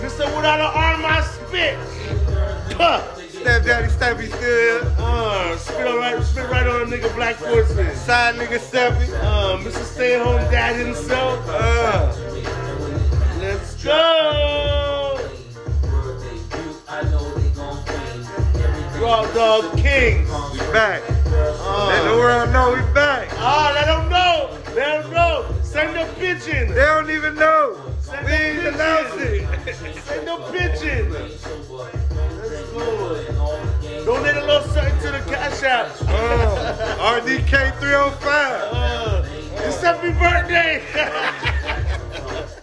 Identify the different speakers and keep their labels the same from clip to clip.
Speaker 1: rolled out of arm, I spit. Puh.
Speaker 2: Stepdaddy Steppy still.
Speaker 1: Uh, spit on right, spit right on a nigga black horseman.
Speaker 2: Side nigga Steppy.
Speaker 1: Uh, Mr. Stay at Home Dad himself.
Speaker 2: Uh,
Speaker 1: Let's go. Raw Dog Kings.
Speaker 2: we back. Let the
Speaker 1: Uh,
Speaker 2: world know we back.
Speaker 1: ah, let them know. Let them know. Send the
Speaker 2: They
Speaker 1: pigeons.
Speaker 2: don't even know.
Speaker 1: Send
Speaker 2: We ain't
Speaker 1: them
Speaker 2: announced
Speaker 1: pigeons.
Speaker 2: it.
Speaker 1: Send the pigeons. Let's go. Donate a little something to the cash app.
Speaker 2: Uh, RDK 305.
Speaker 1: Uh, it's happy birthday.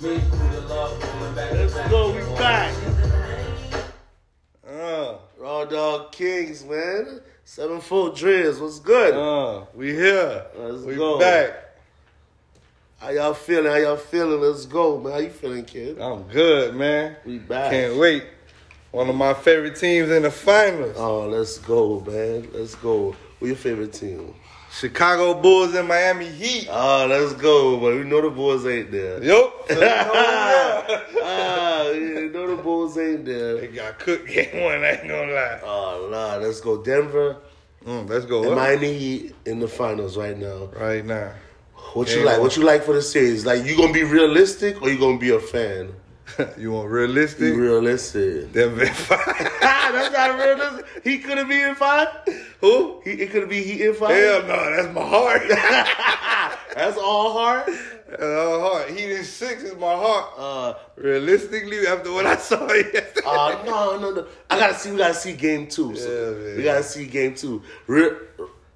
Speaker 1: Let's go. We back.
Speaker 2: Uh,
Speaker 1: Raw Dog Kings, man. Seven Foot Drizz, what's good?
Speaker 2: uh, we here.
Speaker 1: Let's
Speaker 2: we
Speaker 1: go.
Speaker 2: back.
Speaker 1: How y'all feeling? How y'all feeling? Let's go, man. How you feeling, kid?
Speaker 2: I'm good, man.
Speaker 1: We back.
Speaker 2: Can't wait. One of my favorite teams in the finals.
Speaker 1: Oh, let's go, man. Let's go. Who your favorite team?
Speaker 2: Chicago Bulls and Miami Heat.
Speaker 1: Ah, let's go, but we know the Bulls ain't there.
Speaker 2: Yup. So you know we here.
Speaker 1: ah, we know the Bulls ain't there.
Speaker 2: They got cooked game one, I ain't gonna lie.
Speaker 1: Oh, nah, let's go. Denver
Speaker 2: Mm, let's go
Speaker 1: and
Speaker 2: up
Speaker 1: Miami Heat in the finals right now.
Speaker 2: right now.
Speaker 1: What you
Speaker 2: Game
Speaker 1: like?
Speaker 2: one.
Speaker 1: What you like for the series? Like, you gonna be realistic or you gonna be a fan?
Speaker 2: you want
Speaker 1: Be
Speaker 2: realistic?
Speaker 1: realistic.
Speaker 2: Denver in five.
Speaker 1: Ah, that's not real. That's, he could have been in five.
Speaker 2: Who?
Speaker 1: He, it could have been he in five.
Speaker 2: Hell no, that's my heart.
Speaker 1: That's all hard.
Speaker 2: that's my heart. Heat in six is my heart.
Speaker 1: Uh,
Speaker 2: Realistically, after what I saw yesterday.
Speaker 1: uh, no, no, no. I gotta see. We gotta see game two. So
Speaker 2: Ah. Yeah, man.
Speaker 1: We gotta see game two. Real,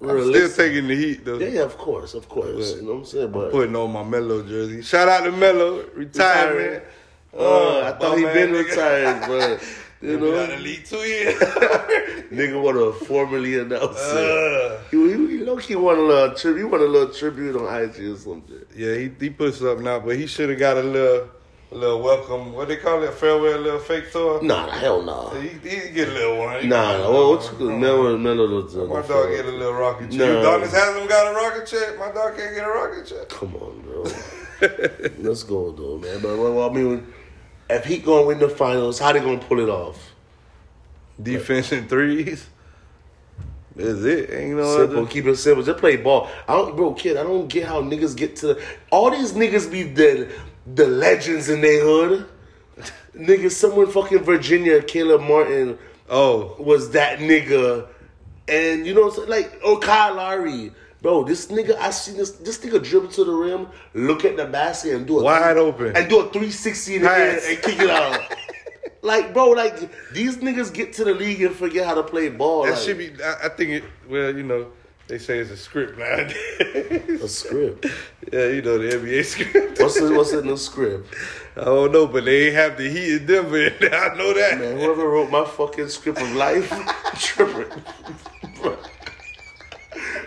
Speaker 2: I'm
Speaker 1: realistic.
Speaker 2: still taking the heat though.
Speaker 1: yeah, yeah, of course, of course. You know what I'm saying? But
Speaker 2: Putting on my Mello jersey. Shout out to Mello, retirement.
Speaker 1: uh, I thought he
Speaker 2: my
Speaker 1: been
Speaker 2: man, nigga.
Speaker 1: retired, but you
Speaker 2: Been out of the
Speaker 1: know,
Speaker 2: league two years.
Speaker 1: nigga wanna formally announce it.
Speaker 2: Uh,
Speaker 1: He, he, he low key want a little tribute. He want a little tribute on IG or something.
Speaker 2: Yeah, he, he puts up now, but he should have got a little a little welcome. What they call it? Farewell, little fake tour.
Speaker 1: Nah, hell nah.
Speaker 2: He, he get a little one. He got
Speaker 1: Nah,
Speaker 2: a
Speaker 1: nah, Oh,
Speaker 2: little
Speaker 1: what, what you could
Speaker 2: one.
Speaker 1: never, none of those.
Speaker 2: My dog get a little rocket check.
Speaker 1: No.
Speaker 2: Your dog hasn't got a rocket check. My dog can't get a rocket check.
Speaker 1: Come on, bro. Let's go, though, man. But well, I mean, if he gonna win the finals, how they gonna pull it off?
Speaker 2: Defense and threes. That's it. Ain't no
Speaker 1: Simple,
Speaker 2: other.
Speaker 1: keep it simple. Just play ball. I don't, bro, kid. I don't get how niggas get to all these niggas be the the legends in their hood. Niggas, someone fucking Virginia, Caleb Martin
Speaker 2: Oh,
Speaker 1: was that nigga, and you know, what I'm saying? like oh Kyle Lowry, bro. This nigga, I seen this this nigga dribble to the rim, look at the basket, and do a
Speaker 2: wide open.
Speaker 1: and do a 360 in the air
Speaker 2: Pass.
Speaker 1: and kick it out. like, bro, like these niggas get to the league and forget how to play ball.
Speaker 2: That
Speaker 1: like,
Speaker 2: should be. I, I think it. Well, you know, they say it's a script nowadays.
Speaker 1: a script.
Speaker 2: yeah, you know the NBA script.
Speaker 1: What's in, what's in the script?
Speaker 2: I don't know, but they ain't have the heat in Denver. I know that.
Speaker 1: Man, whoever wrote my fucking script of life, tripping.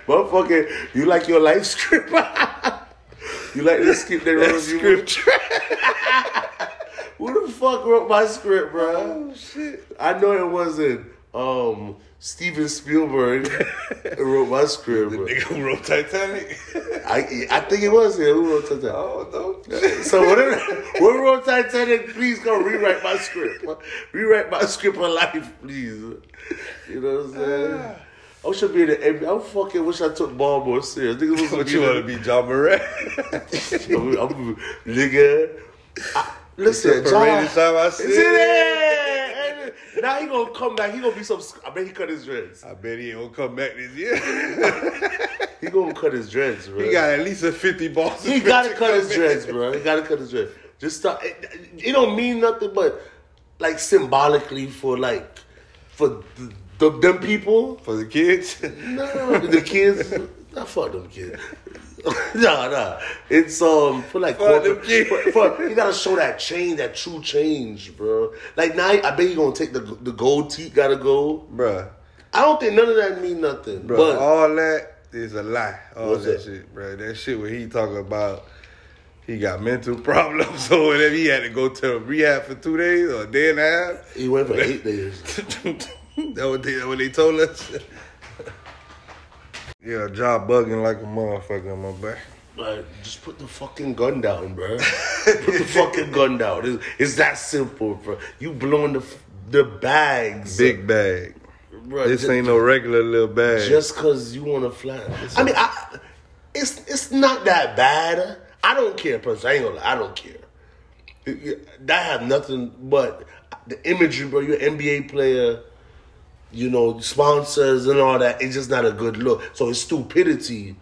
Speaker 1: Motherfucker, you like your life script? you like the script they wrote
Speaker 2: That
Speaker 1: you?
Speaker 2: script trash.
Speaker 1: Who the fuck wrote my script, bro?
Speaker 2: Oh, shit.
Speaker 1: I know it wasn't um Steven Spielberg wrote my script. bro.
Speaker 2: Nigga who wrote Titanic.
Speaker 1: I I think it was him. Who wrote Titanic?
Speaker 2: Oh no.
Speaker 1: So whatever, whoever wrote Titanic, please come rewrite my script. Rewrite my script on life, please. You know what I'm saying? I should be in the NBA. I fucking wish I took ball more serious. Niggas was
Speaker 2: What you want to be, John Moran?
Speaker 1: I'm, I'm- nigga. I, listen,
Speaker 2: Parade
Speaker 1: John.
Speaker 2: is how I see
Speaker 1: It's in
Speaker 2: it.
Speaker 1: there. And Now he gonna come back. He gonna be some. I bet he cut his dreads.
Speaker 2: I bet he ain't gonna come back this year.
Speaker 1: He gonna cut his dreads, bro.
Speaker 2: he got at least a fifty ball.
Speaker 1: He gotta
Speaker 2: suspension
Speaker 1: cut his
Speaker 2: coming.
Speaker 1: dreads, bro. He gotta cut his dreads. Just stop. It, it don't mean nothing, but like symbolically for like for the, the, them people,
Speaker 2: for the kids.
Speaker 1: no, the kids. Nah, fuck them kids. nah, nah. It's um for like
Speaker 2: Fuck them
Speaker 1: corporate-
Speaker 2: kids.
Speaker 1: For, for, you gotta show that change, that true change, bro. Like now, I bet you gonna take the the gold teeth. Gotta go.
Speaker 2: Bruh,
Speaker 1: I don't think none of that mean nothing,
Speaker 2: bruh,
Speaker 1: but
Speaker 2: all that is a lie. All
Speaker 1: What's
Speaker 2: that
Speaker 1: that?
Speaker 2: shit, bruh. That shit where he talking about he got mental problems so whatever. He had to go to rehab for two days or a day and a half.
Speaker 1: he went for eight days.
Speaker 2: that what they, that what they told us. yeah, job bugging like a motherfucker, my boy.
Speaker 1: Like, just put the fucking gun down, bro. put the fucking gun down. It's, it's that simple, bro. You blowing the f- the bags,
Speaker 2: Big bag.
Speaker 1: bro.
Speaker 2: This
Speaker 1: ju-
Speaker 2: ain't no regular little bag.
Speaker 1: just cause you want to fly. I mean, I, it's it's not that bad. I don't care, personally. I ain't gonna. Lie. I don't care. It- it- That have nothing but the imagery, bro. You're an NBA player. You know, sponsors and all that. It's just not a good look. So it's stupidity,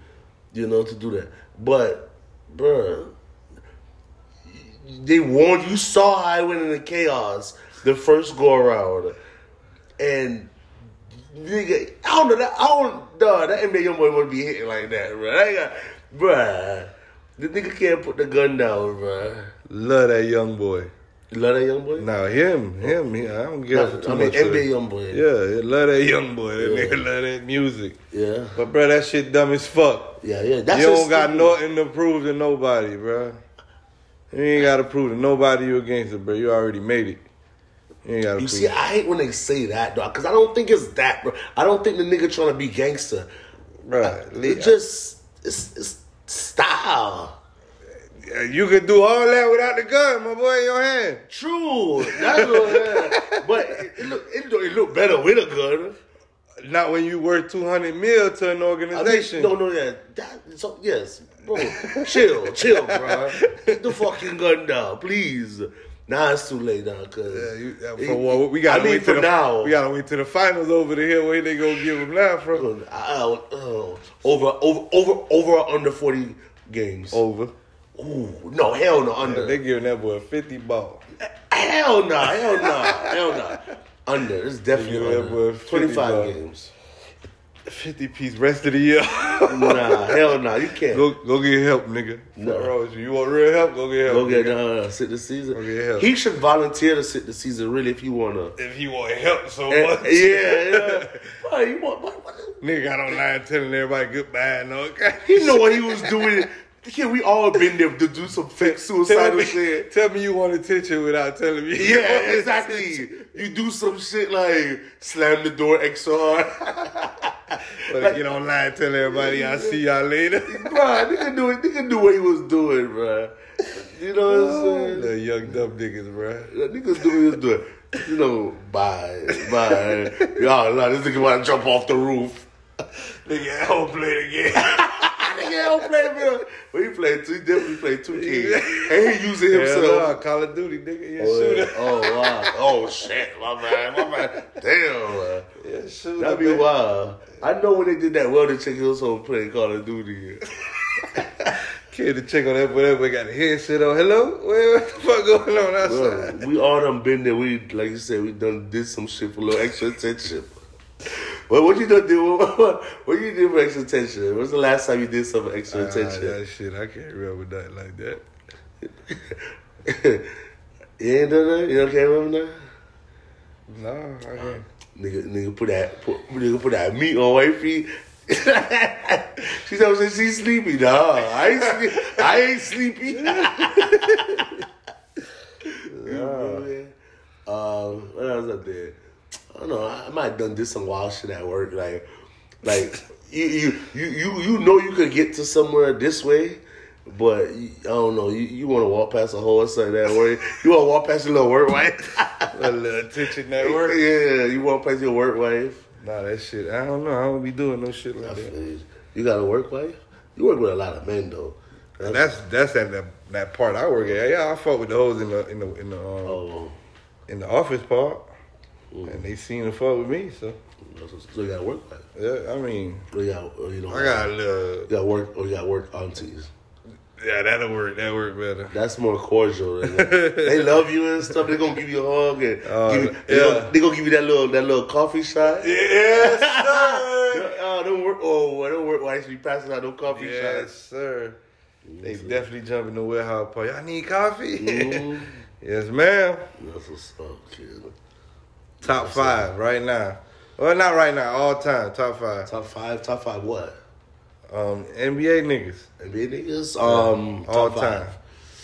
Speaker 1: you know, to do that. But, bro, they warned you saw how I went into chaos the first go around, and nigga, I don't know that I don't dog, that NBA young boy wouldn't be hitting like that, bro. That guy, bruh, the nigga can't put the gun down, bruh.
Speaker 2: Love that young boy.
Speaker 1: You love that young boy?
Speaker 2: Now him, him, he, I don't give
Speaker 1: Nah,
Speaker 2: too
Speaker 1: I mean
Speaker 2: much. of
Speaker 1: NBA
Speaker 2: that.
Speaker 1: young boy.
Speaker 2: Yeah, love that young boy. That nigga love that music.
Speaker 1: yeah,
Speaker 2: But bro, that shit dumb as fuck.
Speaker 1: yeah, yeah. That's
Speaker 2: you
Speaker 1: just
Speaker 2: don't got nothing
Speaker 1: stupid.
Speaker 2: to prove to nobody, bro. You ain't got to prove to nobody you a gangster, bro. You already made it. You ain't got to
Speaker 1: You
Speaker 2: prove.
Speaker 1: see, I hate when they say that, dog, because I don't think it's that, bro. I don't think the nigga trying to be gangster.
Speaker 2: Bruh,
Speaker 1: I-
Speaker 2: Lee,
Speaker 1: it just it's, it's style.
Speaker 2: you could do all that without the gun, my boy, in your hand.
Speaker 1: True, that's what, yeah. but it, it look it, look- it look better with a gun.
Speaker 2: Not when you worth two hundred mil to an
Speaker 1: I mean,
Speaker 2: organization.
Speaker 1: no, no, yeah. That, so, yes, bro. chill, chill, bro. Put the fucking gun down, please. Now it's too late now, cause
Speaker 2: Yeah, you, uh,
Speaker 1: it-
Speaker 2: for what we gotta
Speaker 1: I mean,
Speaker 2: wait
Speaker 1: for
Speaker 2: till the,
Speaker 1: now.
Speaker 2: We gotta wait till the finals over to hear where they gonna give him now from.
Speaker 1: I- I- oh, over, over, over, over or under forty games.
Speaker 2: Over.
Speaker 1: Ooh, no, hell no, under.
Speaker 2: Oh. They giving that boy a fifty ball.
Speaker 1: hell no, hell no, hell no. Under, it's definitely
Speaker 2: Nigga, that boy
Speaker 1: under.
Speaker 2: 50
Speaker 1: Twenty-five
Speaker 2: bucks.
Speaker 1: games.
Speaker 2: Fifty piece rest of the year.
Speaker 1: Nah, hell no, you can't.
Speaker 2: go go get help, nigga.
Speaker 1: No.
Speaker 2: Fuck wrong with You You want real help? Go get help.
Speaker 1: Go get
Speaker 2: nigga.
Speaker 1: uh, sit the season.
Speaker 2: Go get help.
Speaker 1: He should volunteer to sit the season, really, if you wanna.
Speaker 2: If you want help so
Speaker 1: Eh,
Speaker 2: much.
Speaker 1: yeah, yeah. Bro, you want, what, what,
Speaker 2: Nigga got online telling everybody goodbye and all kinds
Speaker 1: he know what he was doing. Yeah, we all been there to do some fake
Speaker 2: Tell
Speaker 1: suicidal
Speaker 2: me,
Speaker 1: shit.
Speaker 2: tell me you want attention without telling me. you want
Speaker 1: Yeah, exactly. You do some shit like slam the door extra hard.
Speaker 2: But get online, tell everybody I'll see y'all later.
Speaker 1: bruh, nigga do it. Nigga do what he was doing, bruh. You know what I'm saying?
Speaker 2: the young dumb niggas, bruh.
Speaker 1: Like, niggas do what he was doing. You know, bye, bye. Y'all, nah, this nigga want to jump off the roof.
Speaker 2: Nigga, I don't play it again.
Speaker 1: Nigga don't play video. But he played two, he definitely played two kids. And he using
Speaker 2: Hell
Speaker 1: himself.
Speaker 2: no, Call of Duty, nigga. Yeah,
Speaker 1: Oh,
Speaker 2: shoot
Speaker 1: yeah.
Speaker 2: it.
Speaker 1: Oh, wow. Oh shit, my man, my man. Damn. man.
Speaker 2: Yeah, shoot it,
Speaker 1: That'd be
Speaker 2: man.
Speaker 1: wild. I know when they did that welding chick, it was on playing Call of Duty.
Speaker 2: Kid to check on that boy. That boy got a headset on. Hello? Wait, what the fuck going on outside?
Speaker 1: Bro, we all done been there. We like you said, we done did some shit for a little extra attention. But what you done do? What, what, what you did for extra attention? When's the last time you did some extra
Speaker 2: Nah,
Speaker 1: attention?
Speaker 2: Ah, that shit, I can't remember nothing like that.
Speaker 1: you ain't done that. You don't care remember that.
Speaker 2: No, I can't.
Speaker 1: Nigga, nigga put that put, nigga put that meat on wifey. she said she's sleepy. Nah, I ain't, sleep, I ain't sleepy. You know, man. um, what else up there? I don't know. I I might have done this some wild shit at work. Like, like you you you you, you know you could get to somewhere this way. But you, I don't know. You, you want to walk past a hole or something that way. You want to walk past your little work wife.
Speaker 2: A little attention at work.
Speaker 1: Yeah, you want to place your work wife.
Speaker 2: Nah, that shit, I don't know. I don't be doing no shit like that.
Speaker 1: You got a work wife? You work with a lot of men though.
Speaker 2: And that's that's at that, that part I work at. Yeah, I fuck with the hoes in the in the in the um,
Speaker 1: Oh,
Speaker 2: in the office part, and they seen the fuck with me. So
Speaker 1: so you got a work wife?
Speaker 2: yeah, I mean,
Speaker 1: Or you got, or you know,
Speaker 2: I got a little.
Speaker 1: you got work or you got work aunties.
Speaker 2: Yeah, that'll work. That work better.
Speaker 1: That's more cordial. than that. they love you and stuff. They gonna give you a hug and
Speaker 2: Oh,
Speaker 1: give you, they,
Speaker 2: yeah.
Speaker 1: gonna, they gonna give you that little that little coffee shot.
Speaker 2: Yes, sir.
Speaker 1: Oh, don't work. Oh, don't work. Why should be passing out no coffee
Speaker 2: yes,
Speaker 1: shots?
Speaker 2: sir. They definitely jumping the warehouse part. Y'all need coffee? yes, ma'am.
Speaker 1: Mm-hmm. That's what's up, kid.
Speaker 2: Top five right now. Well, not right now. All time, top five.
Speaker 1: Top five. Top five. What?
Speaker 2: Um, NBA niggas.
Speaker 1: NBA niggas. Um,
Speaker 2: all
Speaker 1: top five.
Speaker 2: time.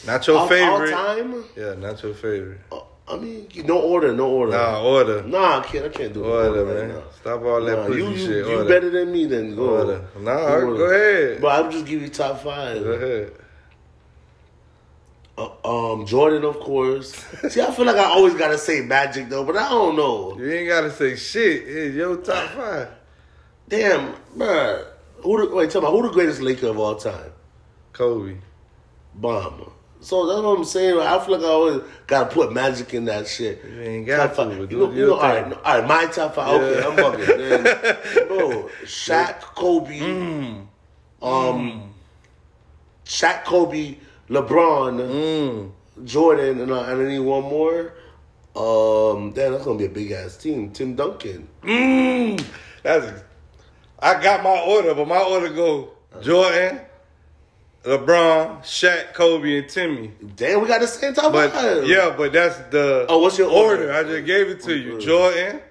Speaker 2: Not your
Speaker 1: All-
Speaker 2: favorite.
Speaker 1: All time.
Speaker 2: Yeah, not your favorite.
Speaker 1: Uh, I mean, no order, no order.
Speaker 2: Nah, order.
Speaker 1: Nah, I can't. I can't do the
Speaker 2: Order,
Speaker 1: order
Speaker 2: man.
Speaker 1: right now.
Speaker 2: Stop all that
Speaker 1: Nah,
Speaker 2: pussy
Speaker 1: you, you,
Speaker 2: shit.
Speaker 1: you
Speaker 2: order.
Speaker 1: better than me. Then go.
Speaker 2: Order. Nah,
Speaker 1: You
Speaker 2: all right, go ahead.
Speaker 1: But I'll just give you top five.
Speaker 2: Go ahead.
Speaker 1: Uh, um, Jordan, of course. See, I feel like I always gotta say Magic though, but I don't know.
Speaker 2: You ain't gotta say shit. It's your top five.
Speaker 1: Damn, man. Who the, wait, tell me who the greatest Laker of all time?
Speaker 2: Kobe.
Speaker 1: Bomber. So that's what I'm saying. I feel like I always gotta put Magic in that shit.
Speaker 2: You ain't got
Speaker 1: top
Speaker 2: to, but
Speaker 1: five. You
Speaker 2: do
Speaker 1: know, you
Speaker 2: your
Speaker 1: know, all
Speaker 2: thing.
Speaker 1: right, no, all right. My top five. Okay,
Speaker 2: Yeah.
Speaker 1: I'm bugging. Man. Bro, Shaq, Kobe,
Speaker 2: Mm.
Speaker 1: um, Shaq, Kobe, LeBron,
Speaker 2: Mm.
Speaker 1: Jordan, and I, and I need one more. Um, damn, that's gonna be a big ass team. Tim Duncan.
Speaker 2: Mm. That's. A, I got my order, but my order go Jordan, LeBron, Shaq, Kobe, and Timmy.
Speaker 1: Damn, we got the same top
Speaker 2: But
Speaker 1: five.
Speaker 2: yeah, but that's the
Speaker 1: Oh, what's your order?
Speaker 2: I just gave it to you. Jordan,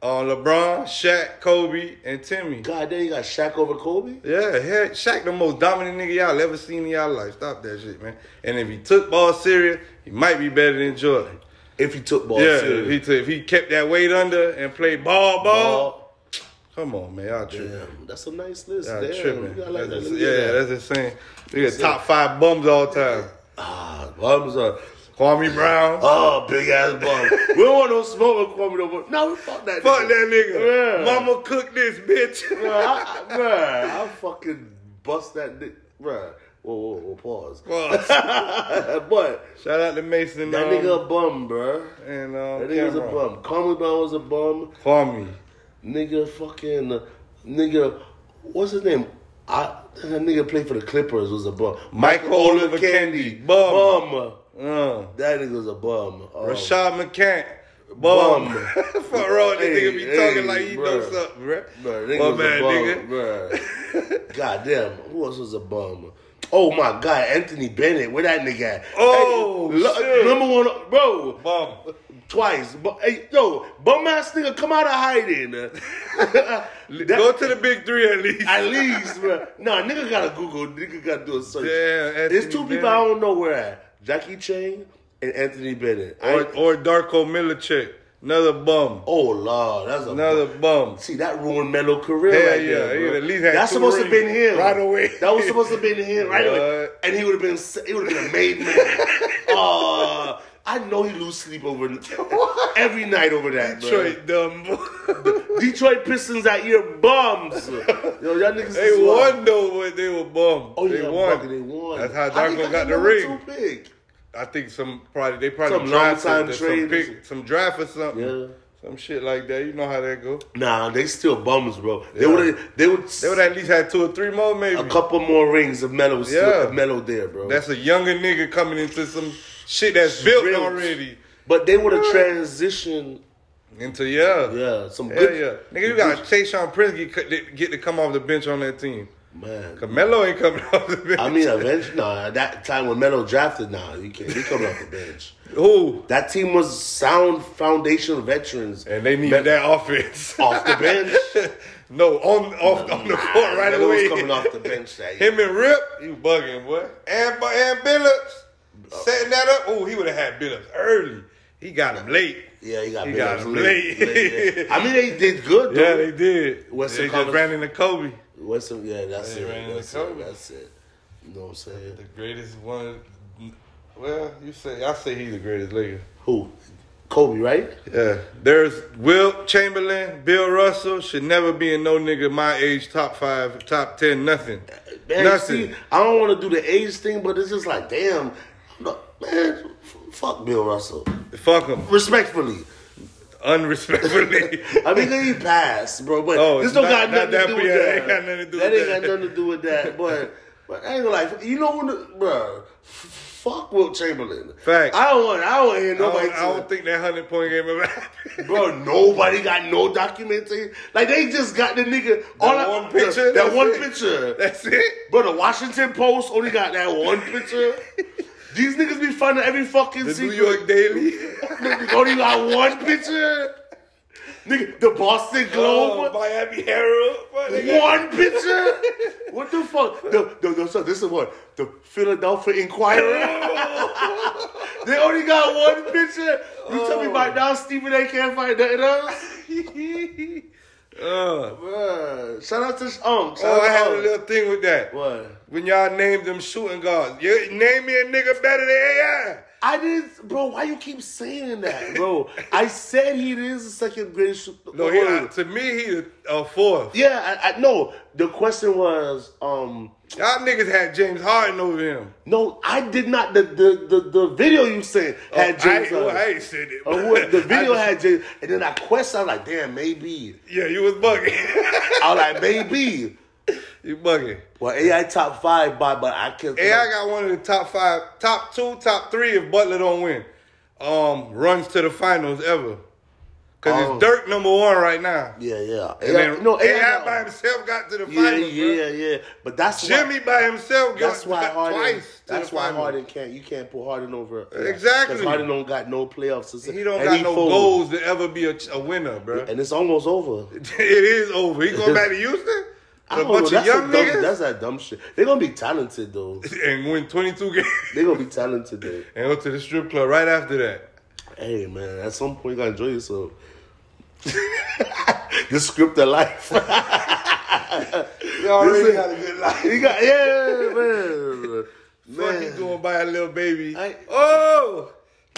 Speaker 2: uh, LeBron, Shaq, Kobe, and Timmy.
Speaker 1: God damn, you got Shaq over Kobe.
Speaker 2: Yeah, heck, Shaq the most dominant nigga y'all ever seen in y'all life. Stop that shit, man. And if he took ball serious, he might be better than Jordan.
Speaker 1: If he took ball,
Speaker 2: yeah,
Speaker 1: serious.
Speaker 2: if he, took, if he kept that weight under and played ball, ball.
Speaker 1: Ball.
Speaker 2: Come on, man, y'all tripping.
Speaker 1: Damn, that's a nice list.
Speaker 2: Y'all
Speaker 1: damn,
Speaker 2: tripping.
Speaker 1: you got like that.
Speaker 2: That's
Speaker 1: Let
Speaker 2: a-
Speaker 1: me
Speaker 2: yeah,
Speaker 1: get that.
Speaker 2: that's insane. Nigga, top five bums all time.
Speaker 1: Ah, bums are.
Speaker 2: Kwame Brown.
Speaker 1: Oh, big ass bum. we don't want no smoke with Kwame no more. No, we fuck that.
Speaker 2: Fuck
Speaker 1: nigga.
Speaker 2: that nigga.
Speaker 1: Yeah.
Speaker 2: Mama cook this bitch.
Speaker 1: Bruh, I, I- bruh, I fucking bust that dick. Bruh. Whoa, whoa, whoa, pause.
Speaker 2: Well,
Speaker 1: but
Speaker 2: Shout out to Mason.
Speaker 1: that
Speaker 2: um,
Speaker 1: nigga a bum, bruh.
Speaker 2: and um,
Speaker 1: That nigga's a
Speaker 2: Cameron.
Speaker 1: bum. Kwame Brown was a bum.
Speaker 2: Kwame.
Speaker 1: Nigga fucking, uh, nigga, what's his name? I, that nigga played for the Clippers was a bum.
Speaker 2: Michael Oliver Candy. Bum.
Speaker 1: Bum.
Speaker 2: Uh,
Speaker 1: That nigga's a bum. Um,
Speaker 2: Rashad McCann. Bum.
Speaker 1: Bum.
Speaker 2: Fuck wrong. This nigga be
Speaker 1: Hey,
Speaker 2: talking
Speaker 1: hey,
Speaker 2: like he
Speaker 1: bruh.
Speaker 2: knows something, bruh.
Speaker 1: Bruh,
Speaker 2: My
Speaker 1: nigga was
Speaker 2: man,
Speaker 1: a bum,
Speaker 2: nigga.
Speaker 1: bruh. Goddamn, who else was a bum? Oh my god, Anthony Bennett, where that nigga at?
Speaker 2: Oh,
Speaker 1: Hey, lo-
Speaker 2: shit.
Speaker 1: number one, bro,
Speaker 2: Bum.
Speaker 1: twice. But hey, yo, bum ass nigga, come out of hiding. That-
Speaker 2: Go to the big three at least.
Speaker 1: at least, bro. Nah, nigga gotta Google, nigga gotta do a search.
Speaker 2: Damn, Anthony
Speaker 1: There's two
Speaker 2: Bennett.
Speaker 1: people I don't know where at: Jackie Chan and Anthony Bennett. I-
Speaker 2: or, or Darko Milicic. Another bum.
Speaker 1: oh lord, that's a
Speaker 2: Another bum.
Speaker 1: See, that ruined Melo career
Speaker 2: Hell
Speaker 1: right
Speaker 2: yeah, he
Speaker 1: there. bro.
Speaker 2: would've at least had
Speaker 1: That's
Speaker 2: two
Speaker 1: supposed to have been
Speaker 2: rings
Speaker 1: him.
Speaker 2: right away.
Speaker 1: That was supposed to have been him right away.
Speaker 2: What?
Speaker 1: And he would have been he would have been a made man. uh, I know he lose sleep over every night over that. Detroit.
Speaker 2: Detroit dumb.
Speaker 1: Detroit Pistons out here bums. Yo, y'all niggas
Speaker 2: They
Speaker 1: is wild.
Speaker 2: won though, but they were bum.
Speaker 1: Oh,
Speaker 2: they
Speaker 1: yeah,
Speaker 2: won.
Speaker 1: Bucket, they won.
Speaker 2: That's how
Speaker 1: they
Speaker 2: Darko got the
Speaker 1: number
Speaker 2: ring.
Speaker 1: Two pick.
Speaker 2: I think some probably they probably
Speaker 1: Some
Speaker 2: drafted
Speaker 1: long-time
Speaker 2: the- some
Speaker 1: trade or
Speaker 2: pick, some draft or something.
Speaker 1: Yeah.
Speaker 2: Some shit like that. You know how that go.
Speaker 1: Nah, they still bums, bro. They
Speaker 2: Yeah.
Speaker 1: would they would
Speaker 2: They would at least had two or three more maybe.
Speaker 1: a couple more rings of Melo.
Speaker 2: Yeah.
Speaker 1: Yeah. Melo there, bro.
Speaker 2: That's a younger nigga coming into some shit that's built
Speaker 1: Real.
Speaker 2: already.
Speaker 1: but they would have transitioned.
Speaker 2: Into yeah.
Speaker 1: Yeah, some
Speaker 2: Hell
Speaker 1: good.
Speaker 2: yeah. Nigga, you got Tayshawn Prince get, get to come off the bench on that team.
Speaker 1: Man,
Speaker 2: Carmelo ain't coming off the bench.
Speaker 1: I mean, eventually, nah, that time when Melo drafted, nah, you can't. He coming off the bench.
Speaker 2: Who?
Speaker 1: That team was sound foundational veterans
Speaker 2: And they needed that offense.
Speaker 1: off the bench.
Speaker 2: no, on off on the court right
Speaker 1: Melo
Speaker 2: away.
Speaker 1: was coming off the bench that year.
Speaker 2: Him and Rip, you bugging, boy. And, Bu- and Billups,
Speaker 1: Uh,
Speaker 2: setting that up. Oh, he would have had Billups early. He got him late.
Speaker 1: Yeah, he got,
Speaker 2: He
Speaker 1: Melo
Speaker 2: got him late.
Speaker 1: late. Late, yeah. I mean, they did good. Though.
Speaker 2: Yeah, they did.
Speaker 1: What's
Speaker 2: they
Speaker 1: the
Speaker 2: just
Speaker 1: conver-
Speaker 2: ran into Kobe.
Speaker 1: What's up? Yeah, that's
Speaker 2: They ran
Speaker 1: it.
Speaker 2: into
Speaker 1: That's
Speaker 2: Kobe.
Speaker 1: it. That's it. You know what I'm saying?
Speaker 2: The greatest one. Well, you say I say he's the greatest leaguer.
Speaker 1: Who? Kobe, right?
Speaker 2: Yeah, there's Will Chamberlain, Bill Russell should never be in no nigga my age top five, top ten, nothing,
Speaker 1: Man,
Speaker 2: nothing.
Speaker 1: see, I don't want to do the age thing, but it's just like, damn, I'm not- man, f- fuck Bill Russell.
Speaker 2: Fuck him,
Speaker 1: Respectfully.
Speaker 2: unrespectfully.
Speaker 1: I mean, he passed, bro. But
Speaker 2: Oh,
Speaker 1: this don't
Speaker 2: not-
Speaker 1: got
Speaker 2: not
Speaker 1: nothing
Speaker 2: that-
Speaker 1: to do with
Speaker 2: yeah,
Speaker 1: that.
Speaker 2: ain't got nothing to do
Speaker 1: that
Speaker 2: with
Speaker 1: ain't
Speaker 2: that.
Speaker 1: got nothing to do with that. But but I ain't gonna lie, you know, when the, bro. Fuck Will Chamberlain.
Speaker 2: Fact.
Speaker 1: I don't want. I don't want to hear
Speaker 2: I,
Speaker 1: nobody.
Speaker 2: don't, I don't think that hundred point game ever happened.
Speaker 1: think, bro. Nobody got no documentary. Like they just got the nigga. all I-
Speaker 2: one picture,
Speaker 1: That
Speaker 2: that's
Speaker 1: one
Speaker 2: it.
Speaker 1: picture.
Speaker 2: That's it.
Speaker 1: Bro, the Washington Post only got that one picture. These niggas be finding every fucking
Speaker 2: The New
Speaker 1: secret.
Speaker 2: York Daily.
Speaker 1: Niggas only got one picture. Nigga, the Boston Globe.
Speaker 2: Oh, Miami Herald. What, nigga?
Speaker 1: One picture? what the fuck? The, the, the, so this is what? The Philadelphia Inquirer? they only got one picture? You tell me by now Stephen A can't find nothing else?
Speaker 2: Uh,
Speaker 1: Bruh, Shout out to um, shout
Speaker 2: oh, I had a
Speaker 1: out to um.
Speaker 2: little thing with that.
Speaker 1: What?
Speaker 2: When y'all named them shooting guards, you name me a nigga better than AI.
Speaker 1: I didn't, bro. Why you keep saying that, bro? I said he is the second greatest. shooter.
Speaker 2: No, he, uh, to me, he a uh, fourth.
Speaker 1: yeah, I, I no. The question was, um,
Speaker 2: Y'all niggas had James Harden over him.
Speaker 1: no, I did not. The the the, the video you said had
Speaker 2: I,
Speaker 1: James.
Speaker 2: ain't- well,
Speaker 1: on it.
Speaker 2: I ain't said it.
Speaker 1: Or Oh, what- the
Speaker 2: I
Speaker 1: video
Speaker 2: just-
Speaker 1: had Jay, and then I questioned. I was like, damn, maybe.
Speaker 2: Yeah, you was bugging.
Speaker 1: I was like, maybe.
Speaker 2: you bugging.
Speaker 1: Well, AI top five, by but I can.
Speaker 2: AI got one of the top five, top two, top three if Butler don't win. Um, runs to the finals ever. Cause
Speaker 1: Oh.
Speaker 2: it's Dirk number one right now.
Speaker 1: yeah, yeah.
Speaker 2: And
Speaker 1: AI,
Speaker 2: then
Speaker 1: no, AI,
Speaker 2: AI,
Speaker 1: got-
Speaker 2: by himself got to the
Speaker 1: yeah,
Speaker 2: finals.
Speaker 1: yeah,
Speaker 2: bruh.
Speaker 1: yeah. But that's
Speaker 2: Jimmy
Speaker 1: Why,
Speaker 2: by himself got,
Speaker 1: that's why
Speaker 2: got
Speaker 1: Harden.
Speaker 2: twice to
Speaker 1: that's
Speaker 2: the
Speaker 1: why
Speaker 2: finals.
Speaker 1: Harden can't. You can't put Harden over. yeah.
Speaker 2: Exactly.
Speaker 1: 'Cause Harden don't got no playoffs. to say-
Speaker 2: He don't
Speaker 1: and
Speaker 2: got no
Speaker 1: fold.
Speaker 2: goals to ever be a, a winner, bro.
Speaker 1: and it's almost over.
Speaker 2: it is over. He going back to Houston.
Speaker 1: I
Speaker 2: A
Speaker 1: don't
Speaker 2: bunch
Speaker 1: know.
Speaker 2: of
Speaker 1: That's a
Speaker 2: young
Speaker 1: dumb,
Speaker 2: niggas
Speaker 1: That's that dumb shit. They're gonna be talented though.
Speaker 2: and win 22 games
Speaker 1: They're gonna be talented though.
Speaker 2: and go to the strip club right after that.
Speaker 1: Hey man, at some point you gotta enjoy yourself. Just script the life.
Speaker 2: You already
Speaker 1: Listen.
Speaker 2: got a good life.
Speaker 1: you got yeah, man.
Speaker 2: Fuck you
Speaker 1: man.
Speaker 2: going by a little baby.
Speaker 1: I-
Speaker 2: oh,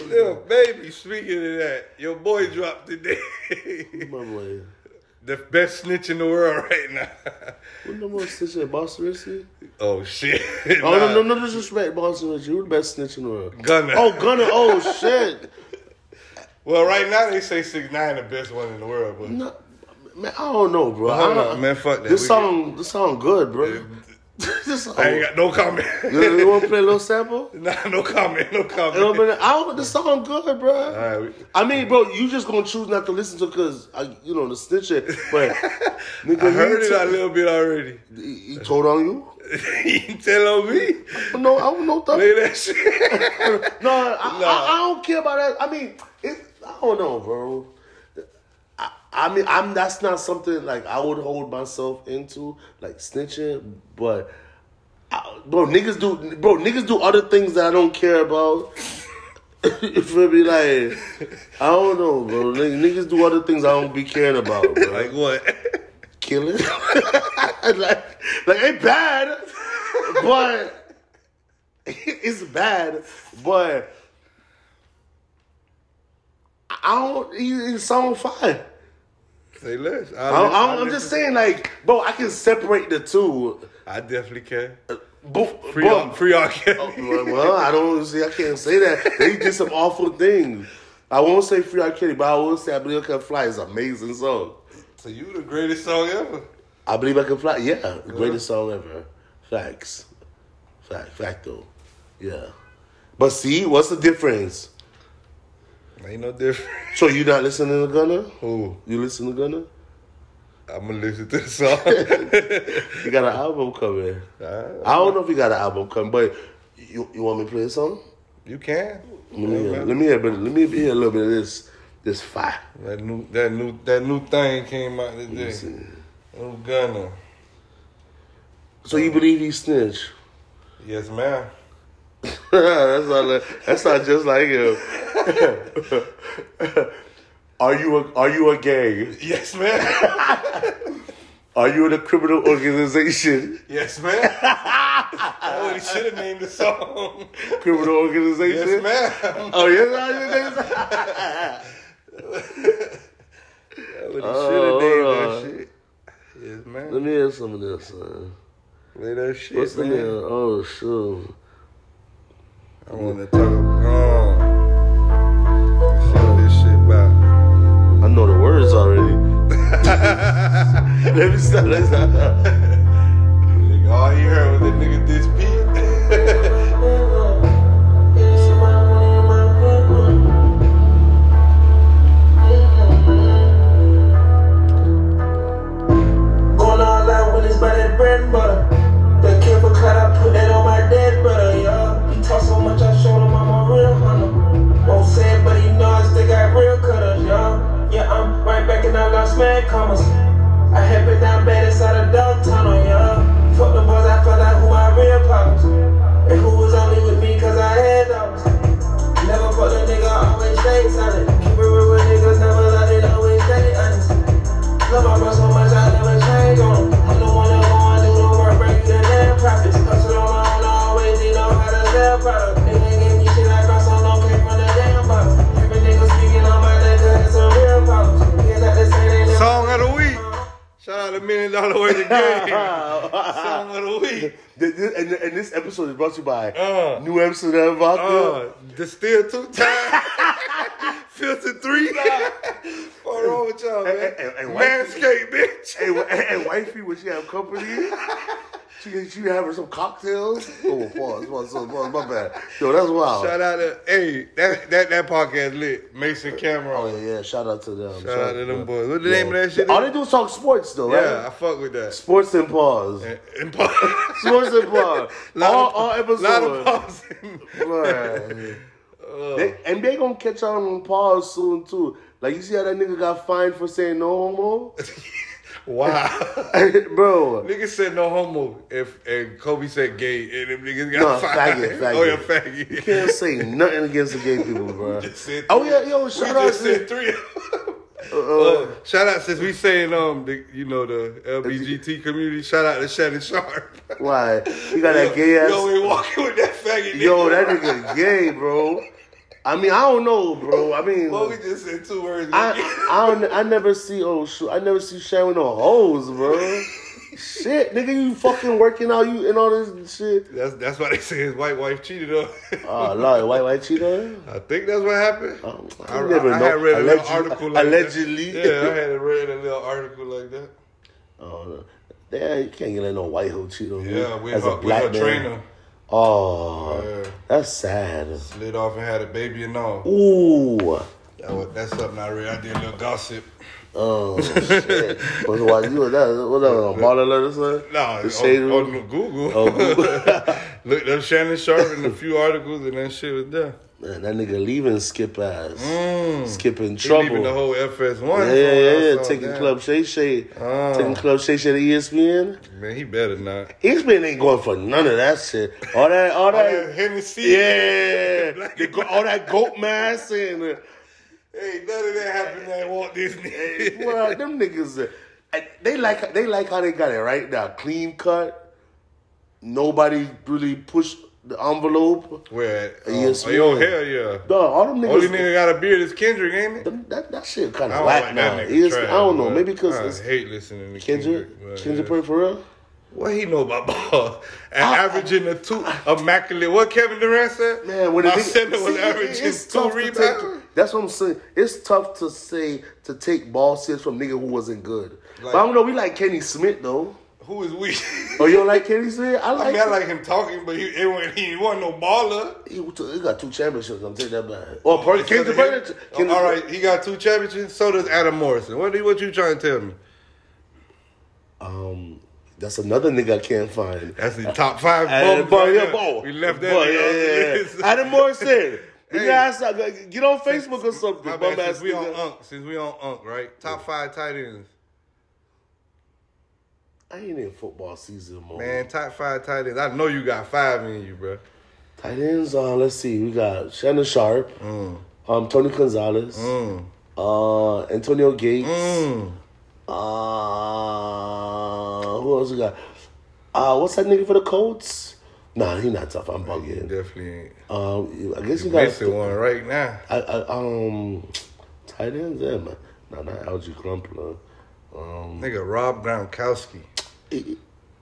Speaker 2: little baby. Speaking of that, your boy dropped today.
Speaker 1: My boy.
Speaker 2: the best snitch in the world right now.
Speaker 1: What number was snitching at Boston Red Sea?
Speaker 2: oh shit.
Speaker 1: Oh no, no, no disrespect, Boston Red Sea. Who the best snitch in the world?
Speaker 2: Gunner.
Speaker 1: Oh Gunner, oh shit.
Speaker 2: Well, right now they say six nine the best one in the world, but
Speaker 1: No, man, I don't know, bro. I
Speaker 2: hold
Speaker 1: don't-
Speaker 2: on, man. Fuck that.
Speaker 1: This
Speaker 2: We
Speaker 1: song, this song good, bro. this song.
Speaker 2: I ain't got no
Speaker 1: you,
Speaker 2: comment.
Speaker 1: want to play a little sample?
Speaker 2: nah, no comment. No
Speaker 1: You know
Speaker 2: comment.
Speaker 1: what I mean? I don't. The song good, bro.
Speaker 2: All right, we-
Speaker 1: I mean, bro, you just gonna choose not to listen to because you know the snitch it, but nigga,
Speaker 2: I heard
Speaker 1: he,
Speaker 2: it a little bit already.
Speaker 1: he, he told on you.
Speaker 2: you tell on me.
Speaker 1: No, I don't know. That.
Speaker 2: Play that shit.
Speaker 1: No,
Speaker 2: Nah.
Speaker 1: I, I, I don't care about that. I mean, it, I don't know, bro. I, I mean, I'm that's not something like I would hold myself into, like snitching. But I, bro, niggas do, bro, niggas do other things that I don't care about. you feel me? Like I don't know, bro. Niggas niggas do other things I don't be caring about, bro.
Speaker 2: like what?
Speaker 1: killing. like, like it bad, but it's bad, but I don't. He, he sound fine.
Speaker 2: Say less. I,
Speaker 1: I don't, I don't, I'm just saying, like, bro, I can separate the two.
Speaker 2: I definitely can.
Speaker 1: But,
Speaker 2: Free,
Speaker 1: but-
Speaker 2: free arcade.
Speaker 1: well, I don't see. I can't say that. They did some awful things. I won't say Free Arcade, but I will say I believe I can fly is an amazing song.
Speaker 2: So you the greatest song ever.
Speaker 1: I believe I can fly. Yeah, greatest song ever. Facts, fact, facto. Yeah, but see, what's the difference?
Speaker 2: Ain't no different.
Speaker 1: So you not listening to Gunna?
Speaker 2: Ooh,
Speaker 1: You listen to Gunna?
Speaker 2: I'm gonna listen to the song.
Speaker 1: You got an album coming.
Speaker 2: Alright,
Speaker 1: I don't know if you got an album coming, but you you want me to play a song?
Speaker 2: you can.
Speaker 1: Let me hear,
Speaker 2: Yeah,
Speaker 1: let me hear, a bit- let me hear a little bit of this this fire.
Speaker 2: That new, that new, that new thing came out today. New Gunna.
Speaker 1: So you believe he snitch?
Speaker 2: Yes, ma'am.
Speaker 1: that's not li- that's not just like him. are you a are you a gang?
Speaker 2: Yes, ma'am.
Speaker 1: Are you in a criminal organization?
Speaker 2: yes, ma'am. oh, he should have named the song.
Speaker 1: criminal
Speaker 2: yes,
Speaker 1: organization.
Speaker 2: ma'am.
Speaker 1: oh yes, I did this.
Speaker 2: Oh, he
Speaker 1: Oh,
Speaker 2: should have
Speaker 1: hold
Speaker 2: named that shit. Yes,
Speaker 1: Let
Speaker 2: ma'am.
Speaker 1: me hear some of this. Man.
Speaker 2: Play that shit,
Speaker 1: What's the
Speaker 2: man.
Speaker 1: name? Oh shoot.
Speaker 2: I want to talk. Oh, see what this shit about.
Speaker 1: I know the words already. Let me stop. Let's stop.
Speaker 2: Nigga, all you heard was that nigga this beat.
Speaker 3: Going all out when it's by that bread and butter. That careful cut, I put that on my dead brother, yeah. He talk so much, I showed him I'm a real hunter. smearing commas. I had been down bad inside a dog tunnel, yeah. Fuck the boys, I found out who my real partners. And who was only with me cause I had dollars. Never fuck a nigga, always stay solid. Keep it real with niggas, never let it always stay honest. Love my bro so much, I never change on him. I'm the one that wanna do the work, bring you the damn profits. Hustle on my own, I always did know how to sell product. Nigga gave me shit I got so long, came from the damn bottom. Every nigga speaking on my neck, cause it's a real problem. Niggas out there say they never-
Speaker 2: Song of the week. Shout out to Million Dollar Worth of Game. Song of the week.
Speaker 1: Th- th- and, and this episode is brought to you by
Speaker 2: Uh.
Speaker 1: New Amsterdam Vodka.
Speaker 2: Uh, distilled two times. Filtered three times. What's wrong with y'all, man?
Speaker 1: And- and- and white-
Speaker 2: Manscaped, bitch.
Speaker 1: and, and, and wifey, when she have company, she she have her some cocktails. Oh, pause, pause, pause, pause, my bad. Yo, that's wild.
Speaker 2: Shout out to, hey, that, that, that podcast lit. Mason
Speaker 1: Oh
Speaker 2: Cameron.
Speaker 1: yeah, yeah, shout out to them. Shout,
Speaker 2: out to them boys. What the name of that shit
Speaker 1: All
Speaker 2: is?
Speaker 1: they do is talk sports though,
Speaker 2: Yeah, I
Speaker 1: right?
Speaker 2: fuck with that.
Speaker 1: Sports and pause.
Speaker 2: And pause.
Speaker 1: Sports and pause.
Speaker 2: Lot
Speaker 1: all,
Speaker 2: of-
Speaker 1: all episodes.
Speaker 2: lot of pause.
Speaker 1: Man. They, and they gonna catch on on pause soon too. Like you see how that nigga got fined for saying no homo,
Speaker 2: wow.
Speaker 1: bro.
Speaker 2: Niggas said no homo if and Kobe said gay and them niggas got
Speaker 1: No,
Speaker 2: fired.
Speaker 1: faggot, faggot.
Speaker 2: Oh yeah, faggot.
Speaker 1: You can't say nothing against the gay people, bro.
Speaker 2: said
Speaker 1: Oh
Speaker 2: three.
Speaker 1: yeah, yo,
Speaker 2: We
Speaker 1: shout out.
Speaker 2: just
Speaker 1: to
Speaker 2: said three. of them.
Speaker 1: uh,
Speaker 2: Uh, shout out since we saying um the you know the LBGT community. Shout out to Shannon Sharp.
Speaker 1: why you got that gay ass?
Speaker 2: Yo, we walking with that faggot. Nigga.
Speaker 1: Yo, that nigga gay, bro. I mean, I don't know, bro. I mean,
Speaker 2: Well, we just said two words.
Speaker 1: I I, don't, I never see oh sh- I never see Shan with no hoes, bro. shit, nigga, you fucking working out you and all this shit.
Speaker 2: that's that's why they say his white wife cheated on. him.
Speaker 1: Oh, Lord, white white cheat on you?
Speaker 2: I think that's what happened.
Speaker 1: Oh,
Speaker 2: I,
Speaker 1: I never
Speaker 2: I,
Speaker 1: know.
Speaker 2: had read a
Speaker 1: Alleged-
Speaker 2: little article like
Speaker 1: allegedly.
Speaker 2: That. Yeah, I had read a little article like that.
Speaker 1: Oh, no. Damn, you can't let no white hoe cheat on you.
Speaker 2: Yeah, with
Speaker 1: as
Speaker 2: her,
Speaker 1: a black
Speaker 2: with her
Speaker 1: man.
Speaker 2: trainer
Speaker 1: Oh,
Speaker 2: Yeah.
Speaker 1: that's sad.
Speaker 2: slid off and had a baby and all.
Speaker 1: Ooh.
Speaker 2: That was, that's something I read. I did a little gossip.
Speaker 1: Oh shit! What's why you was that? What that on Marla or something?
Speaker 2: No,
Speaker 1: the
Speaker 2: on,
Speaker 1: shade room.
Speaker 2: on Google.
Speaker 1: Oh, Google.
Speaker 2: Looked up Shannon Sharp and a few articles, and that shit was there.
Speaker 1: Man, that nigga leaving skip ass,
Speaker 2: Mm.
Speaker 1: skipping
Speaker 2: He
Speaker 1: trouble.
Speaker 2: Leaving the whole FS1. from
Speaker 1: Yeah,
Speaker 2: what
Speaker 1: yeah, yeah,
Speaker 2: I
Speaker 1: yeah.
Speaker 2: saw,
Speaker 1: Taking
Speaker 2: damn.
Speaker 1: Club Shay Shay.
Speaker 2: Oh.
Speaker 1: Taking Club Shay Shay to E ESPN.
Speaker 2: Man, he better not.
Speaker 1: ESPN ain't going for none of that shit. All that, all
Speaker 2: That
Speaker 1: that.
Speaker 2: Hennessy.
Speaker 1: Yeah.
Speaker 2: Black
Speaker 1: They go, all that goat mass and. uh,
Speaker 2: Hey, none of that happened at Walt Disney.
Speaker 1: Well, them niggas, uh, and they like they like how they got it right now. Clean cut. Nobody really pushed the envelope.
Speaker 2: Where? at? Oh,
Speaker 1: Yes,
Speaker 2: oh, yo,
Speaker 1: man.
Speaker 2: hell yeah.
Speaker 1: Dog, all them niggas.
Speaker 2: Only nigga got a beard is Kendrick, ain't it?
Speaker 1: them- that, that shit kind
Speaker 2: I
Speaker 1: of
Speaker 2: don't
Speaker 1: whack
Speaker 2: like
Speaker 1: now. E
Speaker 2: that nigga.
Speaker 1: ESPN,
Speaker 2: trash,
Speaker 1: I don't know.
Speaker 2: but
Speaker 1: Maybe because
Speaker 2: I
Speaker 1: it's
Speaker 2: hate listening to Kendrick.
Speaker 1: Kendrick.
Speaker 2: but
Speaker 1: Kendrick
Speaker 2: yeah.
Speaker 1: Perry Ah, for real.
Speaker 2: What he know about ball? An
Speaker 1: I-
Speaker 2: averaging a two immaculate. What Kevin Durant said?
Speaker 1: ah, Man, when a
Speaker 2: my
Speaker 1: nigga-
Speaker 2: center was
Speaker 1: See,
Speaker 2: averaging
Speaker 1: it's
Speaker 2: two
Speaker 1: tough to
Speaker 2: rebounds.
Speaker 1: take- that's what I'm saying. It's tough to say to take ball sets from nigga who wasn't good.
Speaker 2: Like-
Speaker 1: but I don't know. We like Kenny Smith though.
Speaker 2: Who is we?
Speaker 1: Oh, you don't like Kenny Smith? I like.
Speaker 2: I mean, I
Speaker 1: him.
Speaker 2: like him talking, but he it wasn't, he wasn't no baller.
Speaker 1: He, was- he got two championships. I'm taking that back. Oh, Well,
Speaker 2: All
Speaker 1: per- Kendrick Perry. Kendrick-
Speaker 2: Oh, right, he got two championships. So does Adam Morrison. What, do- what you trying to tell me?
Speaker 1: Um, that's another nigga I can't find.
Speaker 2: That's the top five.
Speaker 1: Adam
Speaker 2: bums
Speaker 1: Boy,
Speaker 2: right
Speaker 1: yeah,
Speaker 2: there.
Speaker 1: boy.
Speaker 2: We left that.
Speaker 1: Boy,
Speaker 2: nigga off
Speaker 1: yeah,
Speaker 2: the
Speaker 1: yeah,
Speaker 2: list.
Speaker 1: yeah. Adam Morrison. You
Speaker 2: Hey.
Speaker 1: guys, uh, get on Facebook or something.
Speaker 2: My
Speaker 1: bum
Speaker 2: bad,
Speaker 1: ass
Speaker 2: since we on uh,
Speaker 1: nigga.
Speaker 2: Unk, since we on Unk, right? Top five tight ends.
Speaker 1: I ain't in football season, man.
Speaker 2: Man, top five tight ends. I know you got five in you, bro.
Speaker 1: Tight ends. Uh, let's see. We got Shannon Sharp, um, Tony Gonzalez,
Speaker 2: Mm.
Speaker 1: uh, Antonio Gates. Uh, who else we got? Uh, what's that nigga for the Colts? Nah, he not tough. I'm bugging.
Speaker 2: Definitely ain't.
Speaker 1: Um, I guess you got
Speaker 2: Missing one right now.
Speaker 1: I, I um tight ends. Yeah, man. Nah, not Algie Crumpler. Um,
Speaker 2: Nigga, Rob Gronkowski.
Speaker 1: he,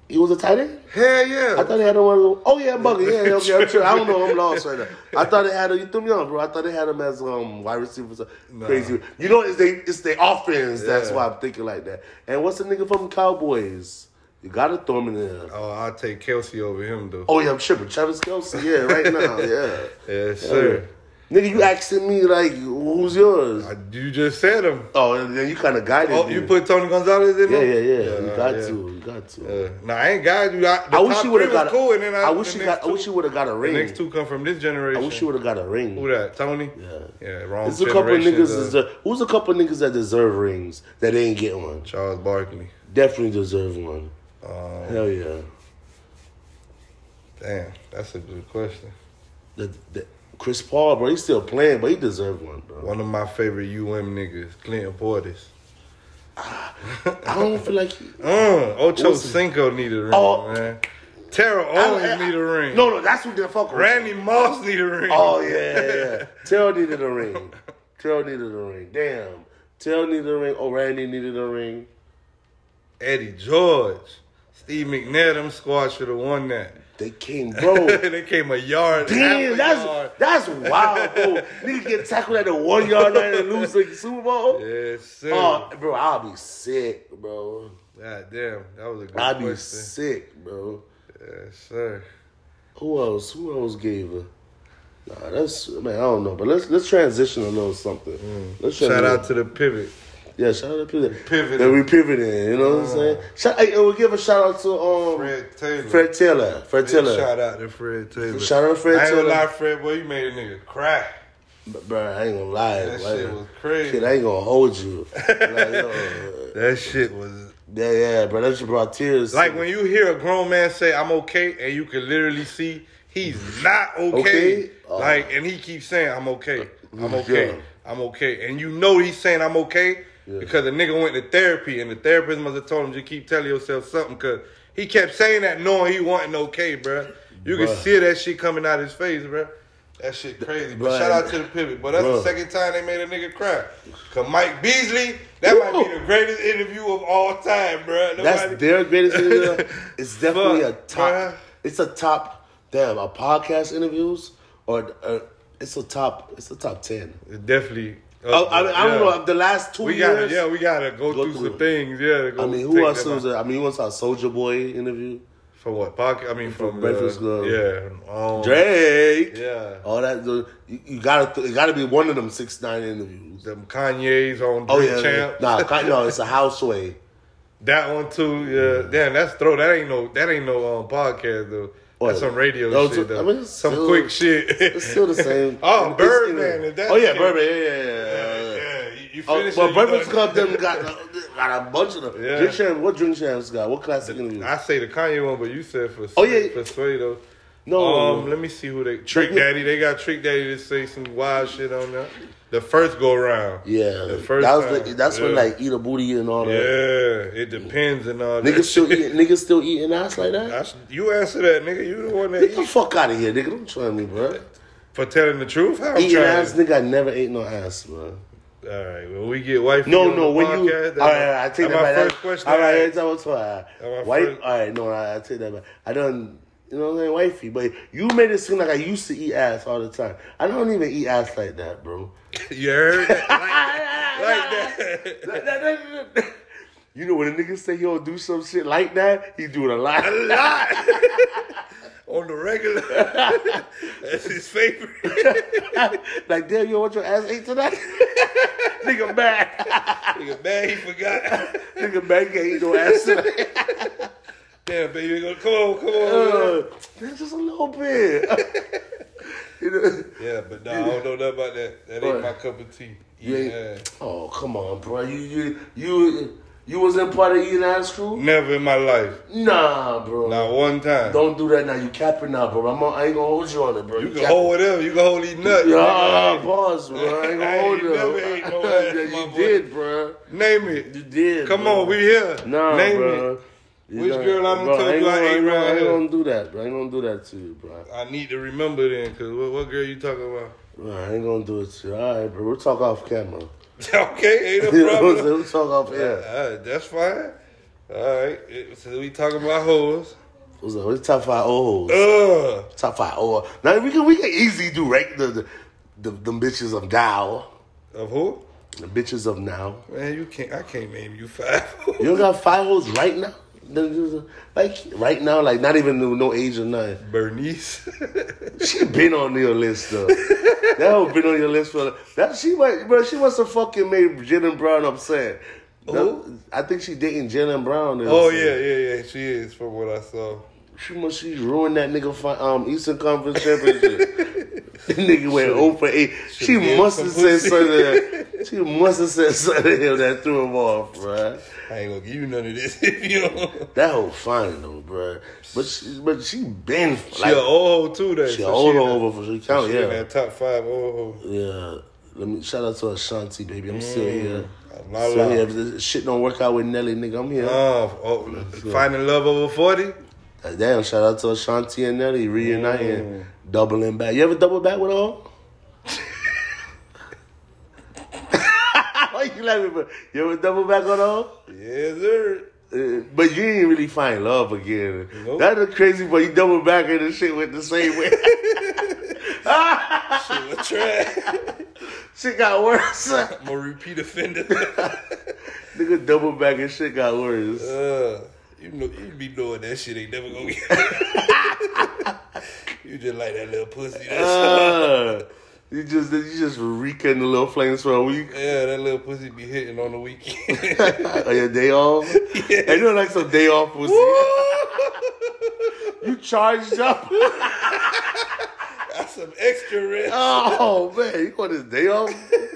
Speaker 1: he was a tight end.
Speaker 2: Hell yeah.
Speaker 1: I thought they had one. of the- Oh yeah, Buggy. Yeah, yeah, okay. I'm sure. I don't know. I'm lost right now. I thought they had. A, you threw me on, bro. I thought they had him as um wide receiver. So Crazy. You know, it's they it's their offense. That's
Speaker 2: Yeah.
Speaker 1: why I'm thinking like that. And what's the nigga from Cowboys? You gotta throw him in there.
Speaker 2: oh, I'll take Kelsey over him, though.
Speaker 1: Oh yeah, I'm tripping. Travis Kelsey. Yeah, right now. Yeah.
Speaker 2: yes, sir.
Speaker 1: Nigga, you asking me like, who's yours?
Speaker 2: I- You just said him.
Speaker 1: Oh, and then you kind of guided
Speaker 2: Oh,
Speaker 1: me.
Speaker 2: you put Tony Gonzalez in
Speaker 1: yeah,
Speaker 2: there?
Speaker 1: yeah, yeah, You
Speaker 2: nah,
Speaker 1: got
Speaker 2: yeah.
Speaker 1: to, you got to.
Speaker 2: Yeah. Nah, I ain't got you. I, the
Speaker 1: I wish
Speaker 2: top
Speaker 1: she would have
Speaker 2: three was
Speaker 1: got. A,
Speaker 2: cool, and then I,
Speaker 1: I wish
Speaker 2: the
Speaker 1: she
Speaker 2: next
Speaker 1: got. I wish
Speaker 2: two-
Speaker 1: she would have got a
Speaker 2: The
Speaker 1: ring.
Speaker 2: next two come from this generation.
Speaker 1: I wish she would have got a ring.
Speaker 2: Who that? Tony? Yeah. Yeah, wrong
Speaker 1: There's a couple of
Speaker 2: generation,
Speaker 1: niggas.
Speaker 2: uh,
Speaker 1: deserve, who's a couple of niggas that deserve rings that they ain't get one?
Speaker 2: Charles Barkley.
Speaker 1: Definitely deserve one.
Speaker 2: Um,
Speaker 1: Hell yeah.
Speaker 2: damn, that's a good question.
Speaker 1: The, the, Chris Paul, bro, he's still playing, but he deserved one, bro.
Speaker 2: One of my favorite UM niggas, Clinton Portis.
Speaker 1: I don't feel like he.
Speaker 2: Uh, Ocho
Speaker 1: What's-
Speaker 2: Cinco needed a ring,
Speaker 1: Oh.
Speaker 2: man. Terrell Owens need a ring.
Speaker 1: No, no, that's what the fuck. was-
Speaker 2: Randy Moss need a ring.
Speaker 1: Oh yeah, yeah, yeah. Terrell needed a ring. Terrell needed a ring. Damn. Terrell needed a ring. Oh, Randy needed a ring.
Speaker 2: Eddie George. Steve McNair, them squad should have won that.
Speaker 1: They came, bro.
Speaker 2: they came a yard. half a
Speaker 1: Damn, that's
Speaker 2: yard.
Speaker 1: that's wild, bro. Nigga get tackled at the one yard line and lose the Super Bowl.
Speaker 2: Yes, sir.
Speaker 1: Oh, bro, I'll be sick, bro.
Speaker 2: God damn, that was a good
Speaker 1: I'll be
Speaker 2: question.
Speaker 1: sick, bro.
Speaker 2: Yes, sir.
Speaker 1: Who else? Who else gave her? Nah, that's man. I don't know, but let's let's transition a little something. Let's
Speaker 2: Mm. Shout
Speaker 1: transition-
Speaker 2: out to the pivot.
Speaker 1: yeah, shout out to pivot.
Speaker 2: Pivoting. Uh-huh.
Speaker 1: That we pivoting. You know what I'm saying? Shout, hey, and we'll give a shout out to um
Speaker 2: Fred Taylor.
Speaker 1: Fred Taylor. Fred
Speaker 2: Big
Speaker 1: Taylor.
Speaker 2: Shout out to Fred Taylor.
Speaker 1: Shout out to Fred
Speaker 2: I ain't gonna
Speaker 1: Taylor.
Speaker 2: lie, Fred, boy, you made a nigga cry.
Speaker 1: Bro, I ain't gonna lie.
Speaker 2: That
Speaker 1: like,
Speaker 2: shit was crazy.
Speaker 1: Kid, I ain't gonna hold you. Like, yo,
Speaker 2: That shit was
Speaker 1: yeah, yeah, bro. That just brought tears. to
Speaker 2: like
Speaker 1: me.
Speaker 2: when you hear a grown man say, "I'm okay," and you can literally see he's not okay.
Speaker 1: Okay? Oh. Uh,
Speaker 2: Like, and he keeps saying, "I'm okay, I'm
Speaker 1: Yeah.
Speaker 2: okay, I'm okay," and you know he's saying, "I'm okay." Because the nigga went to therapy, and the therapist must have told him just keep telling yourself something. Cause he kept saying that, knowing he wasn't okay, bruh. You can
Speaker 1: Bruh.
Speaker 2: see that shit coming out his face, bruh. That shit crazy. But
Speaker 1: Bruh.
Speaker 2: shout out to the pivot. But that's the
Speaker 1: Bruh.
Speaker 2: second time they made a nigga cry. Cause Mike Beasley, that might be
Speaker 1: Woo.
Speaker 2: the greatest interview of all time, bruh. Nobody-
Speaker 1: That's their greatest interview. It's definitely a
Speaker 2: Fuck,
Speaker 1: top.
Speaker 2: bruh.
Speaker 1: It's a top. Damn, a podcast interviews or uh, it's a top. It's a top ten.
Speaker 2: It definitely. uh,
Speaker 1: Oh, I, mean, I don't
Speaker 2: yeah.
Speaker 1: know. The last 2
Speaker 2: We gotta,
Speaker 1: years.
Speaker 2: yeah, we gotta go,
Speaker 1: Go
Speaker 2: through,
Speaker 1: through
Speaker 2: some
Speaker 1: it.
Speaker 2: things. Yeah. to go
Speaker 1: I mean,
Speaker 2: take
Speaker 1: who else
Speaker 2: them
Speaker 1: was?
Speaker 2: out.
Speaker 1: it? I mean, you want our Soldier Boy interview?
Speaker 2: For what? Pocket? I mean, from, the-
Speaker 1: Breakfast Club.
Speaker 2: Yeah. Um,
Speaker 1: Drake.
Speaker 2: Yeah.
Speaker 1: All that. You, you gotta. Th- it gotta be one of them six nine interviews.
Speaker 2: Them Kanye's on
Speaker 1: Oh
Speaker 2: Drink
Speaker 1: yeah.
Speaker 2: Champ.
Speaker 1: Nah, Con- no, it's a houseway.
Speaker 2: That one too. Yeah. Damn, that's throw. That ain't no. That ain't no um, podcast though.
Speaker 1: What?
Speaker 2: That's some radio
Speaker 1: No,
Speaker 2: shit
Speaker 1: it's- I
Speaker 2: though.
Speaker 1: mean, it's
Speaker 2: some
Speaker 1: still-
Speaker 2: quick shit.
Speaker 1: It's still the same.
Speaker 2: Oh,
Speaker 1: It's- it's-
Speaker 2: Birdman, is that-
Speaker 1: Oh yeah, Birdman. Yeah, yeah, yeah. yeah, yeah.
Speaker 2: yeah. You, you
Speaker 1: Oh,
Speaker 2: finish. it,
Speaker 1: but
Speaker 2: you
Speaker 1: Breakfast
Speaker 2: done.
Speaker 1: Club them got a, got a bunch of them.
Speaker 2: Yeah.
Speaker 1: Drink Champs, what Drink Champs got? What classic interview?
Speaker 2: I say the Kanye one, but you said for
Speaker 1: Oh, yeah.
Speaker 2: for Suedo.
Speaker 1: No.
Speaker 2: Um, let me see who they Trick
Speaker 1: Yeah.
Speaker 2: Daddy. They got Trick Daddy to say some wild shit on there. The first go round.
Speaker 1: yeah,
Speaker 2: The first
Speaker 1: that was
Speaker 2: time.
Speaker 1: the, that's when
Speaker 2: Yeah.
Speaker 1: like eat a booty and all
Speaker 2: Yeah,
Speaker 1: that.
Speaker 2: it depends and all that.
Speaker 1: Niggas still
Speaker 2: shit.
Speaker 1: eating, niggas still eating ass like that.
Speaker 2: I s- you answer that, nigga. You the one that
Speaker 1: Get the
Speaker 2: eat
Speaker 1: fuck out of here, nigga. Don't try me, bro.
Speaker 2: for telling the truth. How I'm
Speaker 1: Eating
Speaker 2: trying.
Speaker 1: ass, nigga. I never ate no ass, bro.
Speaker 2: All right, when we get wifey
Speaker 1: No,
Speaker 2: on
Speaker 1: no.
Speaker 2: the
Speaker 1: When
Speaker 2: podcast,
Speaker 1: you,
Speaker 2: that-
Speaker 1: all right, all right, I take that
Speaker 2: my
Speaker 1: back.
Speaker 2: first
Speaker 1: That-
Speaker 2: question.
Speaker 1: all right,
Speaker 2: I
Speaker 1: that was fine.
Speaker 2: That my
Speaker 1: Wife,
Speaker 2: first-
Speaker 1: all right, no, I, I take that back. I done, you know what I'm saying, wifey. But you made it seem like I used to eat ass all the time. I don't even eat ass like that, bro.
Speaker 2: asked, you heard that? Like,
Speaker 1: that.
Speaker 2: that.
Speaker 1: You know when a nigga say yo do some shit like that, he do it a lot.
Speaker 2: a lot on the regular. That's his favorite.
Speaker 1: like damn, yo, what your ass ate tonight? nigga mad,
Speaker 2: Nigga, man, he forgot.
Speaker 1: nigga mad, can't eat no ass tonight.
Speaker 2: Damn, baby, go- come on, come on.
Speaker 1: Uh, that's just a little bit. you know?
Speaker 2: yeah, but nah, I don't know nothing about that. That ain't
Speaker 1: Right.
Speaker 2: my cup of tea.
Speaker 1: You ain't-
Speaker 2: Yeah.
Speaker 1: Oh come on, bro. You you you you wasn't part of eating ass crew?
Speaker 2: Never in my life,
Speaker 1: Nah, bro.
Speaker 2: not one time.
Speaker 1: Don't do that now. You capping now, bro. I'm, I ain't gonna hold you on it, bro.
Speaker 2: you can
Speaker 1: capping.
Speaker 2: hold whatever. You can hold these nuts.
Speaker 1: Yeah, pause, bro. I
Speaker 2: I
Speaker 1: ain't gonna
Speaker 2: ain't
Speaker 1: hold you.
Speaker 2: never ate no ass,
Speaker 1: yeah,
Speaker 2: my
Speaker 1: you
Speaker 2: boy.
Speaker 1: did, bro.
Speaker 2: Name
Speaker 1: You
Speaker 2: it.
Speaker 1: did.
Speaker 2: Come
Speaker 1: bro.
Speaker 2: on, we here.
Speaker 1: Nah,
Speaker 2: Name
Speaker 1: bro.
Speaker 2: it.
Speaker 1: You
Speaker 2: Which
Speaker 1: done-
Speaker 2: girl I'ma
Speaker 1: bro,
Speaker 2: tell
Speaker 1: ain't
Speaker 2: you I
Speaker 1: gonna-
Speaker 2: ate
Speaker 1: ain't gonna-
Speaker 2: around
Speaker 1: I ain't
Speaker 2: here?
Speaker 1: gonna do that, bro. I ain't gonna do that to you, bro.
Speaker 2: I need to remember then, cause what, what girl you talking about?
Speaker 1: bro I ain't gonna do it to you. All right, bro. We'll talk off camera.
Speaker 2: okay, ain't
Speaker 1: You
Speaker 2: a
Speaker 1: know what I'm saying?
Speaker 2: problem.
Speaker 1: We'll talk off air.
Speaker 2: Uh, that's fine. All right, It- so we talking about hoes. Uh,
Speaker 1: What's up? It's top five old hoes.
Speaker 2: Ugh.
Speaker 1: Top five old. Now we can we can easily do right the the, the them bitches of now,
Speaker 2: Of who?
Speaker 1: the bitches of now.
Speaker 2: Man, you can't. I can't name you five.
Speaker 1: You don't got five hoes right now. Like right now, like not even no- no age or nothing.
Speaker 2: Bernice.
Speaker 1: She been on your list though. That hoe been on your list for that. She might, bro. She must have fucking made Jalen Brown upset. That-
Speaker 2: Who?
Speaker 1: I think she dating Jalen Brown. and
Speaker 2: Oh
Speaker 1: shit.
Speaker 2: yeah, yeah, yeah. She is from what I saw.
Speaker 1: She must she ruined that nigga fi- um Eastern Conference championship. that nigga went over for eight. She
Speaker 2: give
Speaker 1: must
Speaker 2: some
Speaker 1: have said
Speaker 2: pussy.
Speaker 1: something. that- She must have said something to him that threw him off, bruh.
Speaker 2: I ain't gonna give you none of this if you don't.
Speaker 1: That whole fine though, bruh. But she, but she been
Speaker 2: She
Speaker 1: like
Speaker 2: a old hoe too. That
Speaker 1: she
Speaker 2: so
Speaker 1: old
Speaker 2: in that-
Speaker 1: over for she count
Speaker 2: She in
Speaker 1: yeah
Speaker 2: that top five old hoe.
Speaker 1: yeah. Let me shout out to Ashanti, baby. I'm still here.
Speaker 2: I'm not
Speaker 1: still
Speaker 2: lying.
Speaker 1: here. If this shit don't work out with Nelly, nigga, I'm here.
Speaker 2: Oh, oh finding love over forty.
Speaker 1: Uh, Damn, shout out to Ashanti and Nelly reuniting, doubling back. You ever double back with all? Why you laughing, bro? You ever double back on all?
Speaker 2: Yes, sir.
Speaker 1: Uh, but you didn't really find love again.
Speaker 2: Nope.
Speaker 1: That's the crazy part. You double back and the shit went the same way.
Speaker 2: Shit, what trash.
Speaker 1: shit got worse.
Speaker 2: I'm a repeat offender.
Speaker 1: Nigga double back and shit got worse.
Speaker 2: uh, you know, you be knowing that shit ain't never gonna get. you just like that little pussy. That's
Speaker 1: Uh, you just you just rekindling the little flames for a week.
Speaker 2: Yeah, that little pussy be hitting on the weekend.
Speaker 1: or your day off. And you like some day off pussy. you charged up.
Speaker 2: That's some extra rent.
Speaker 1: Oh man, you call this day off?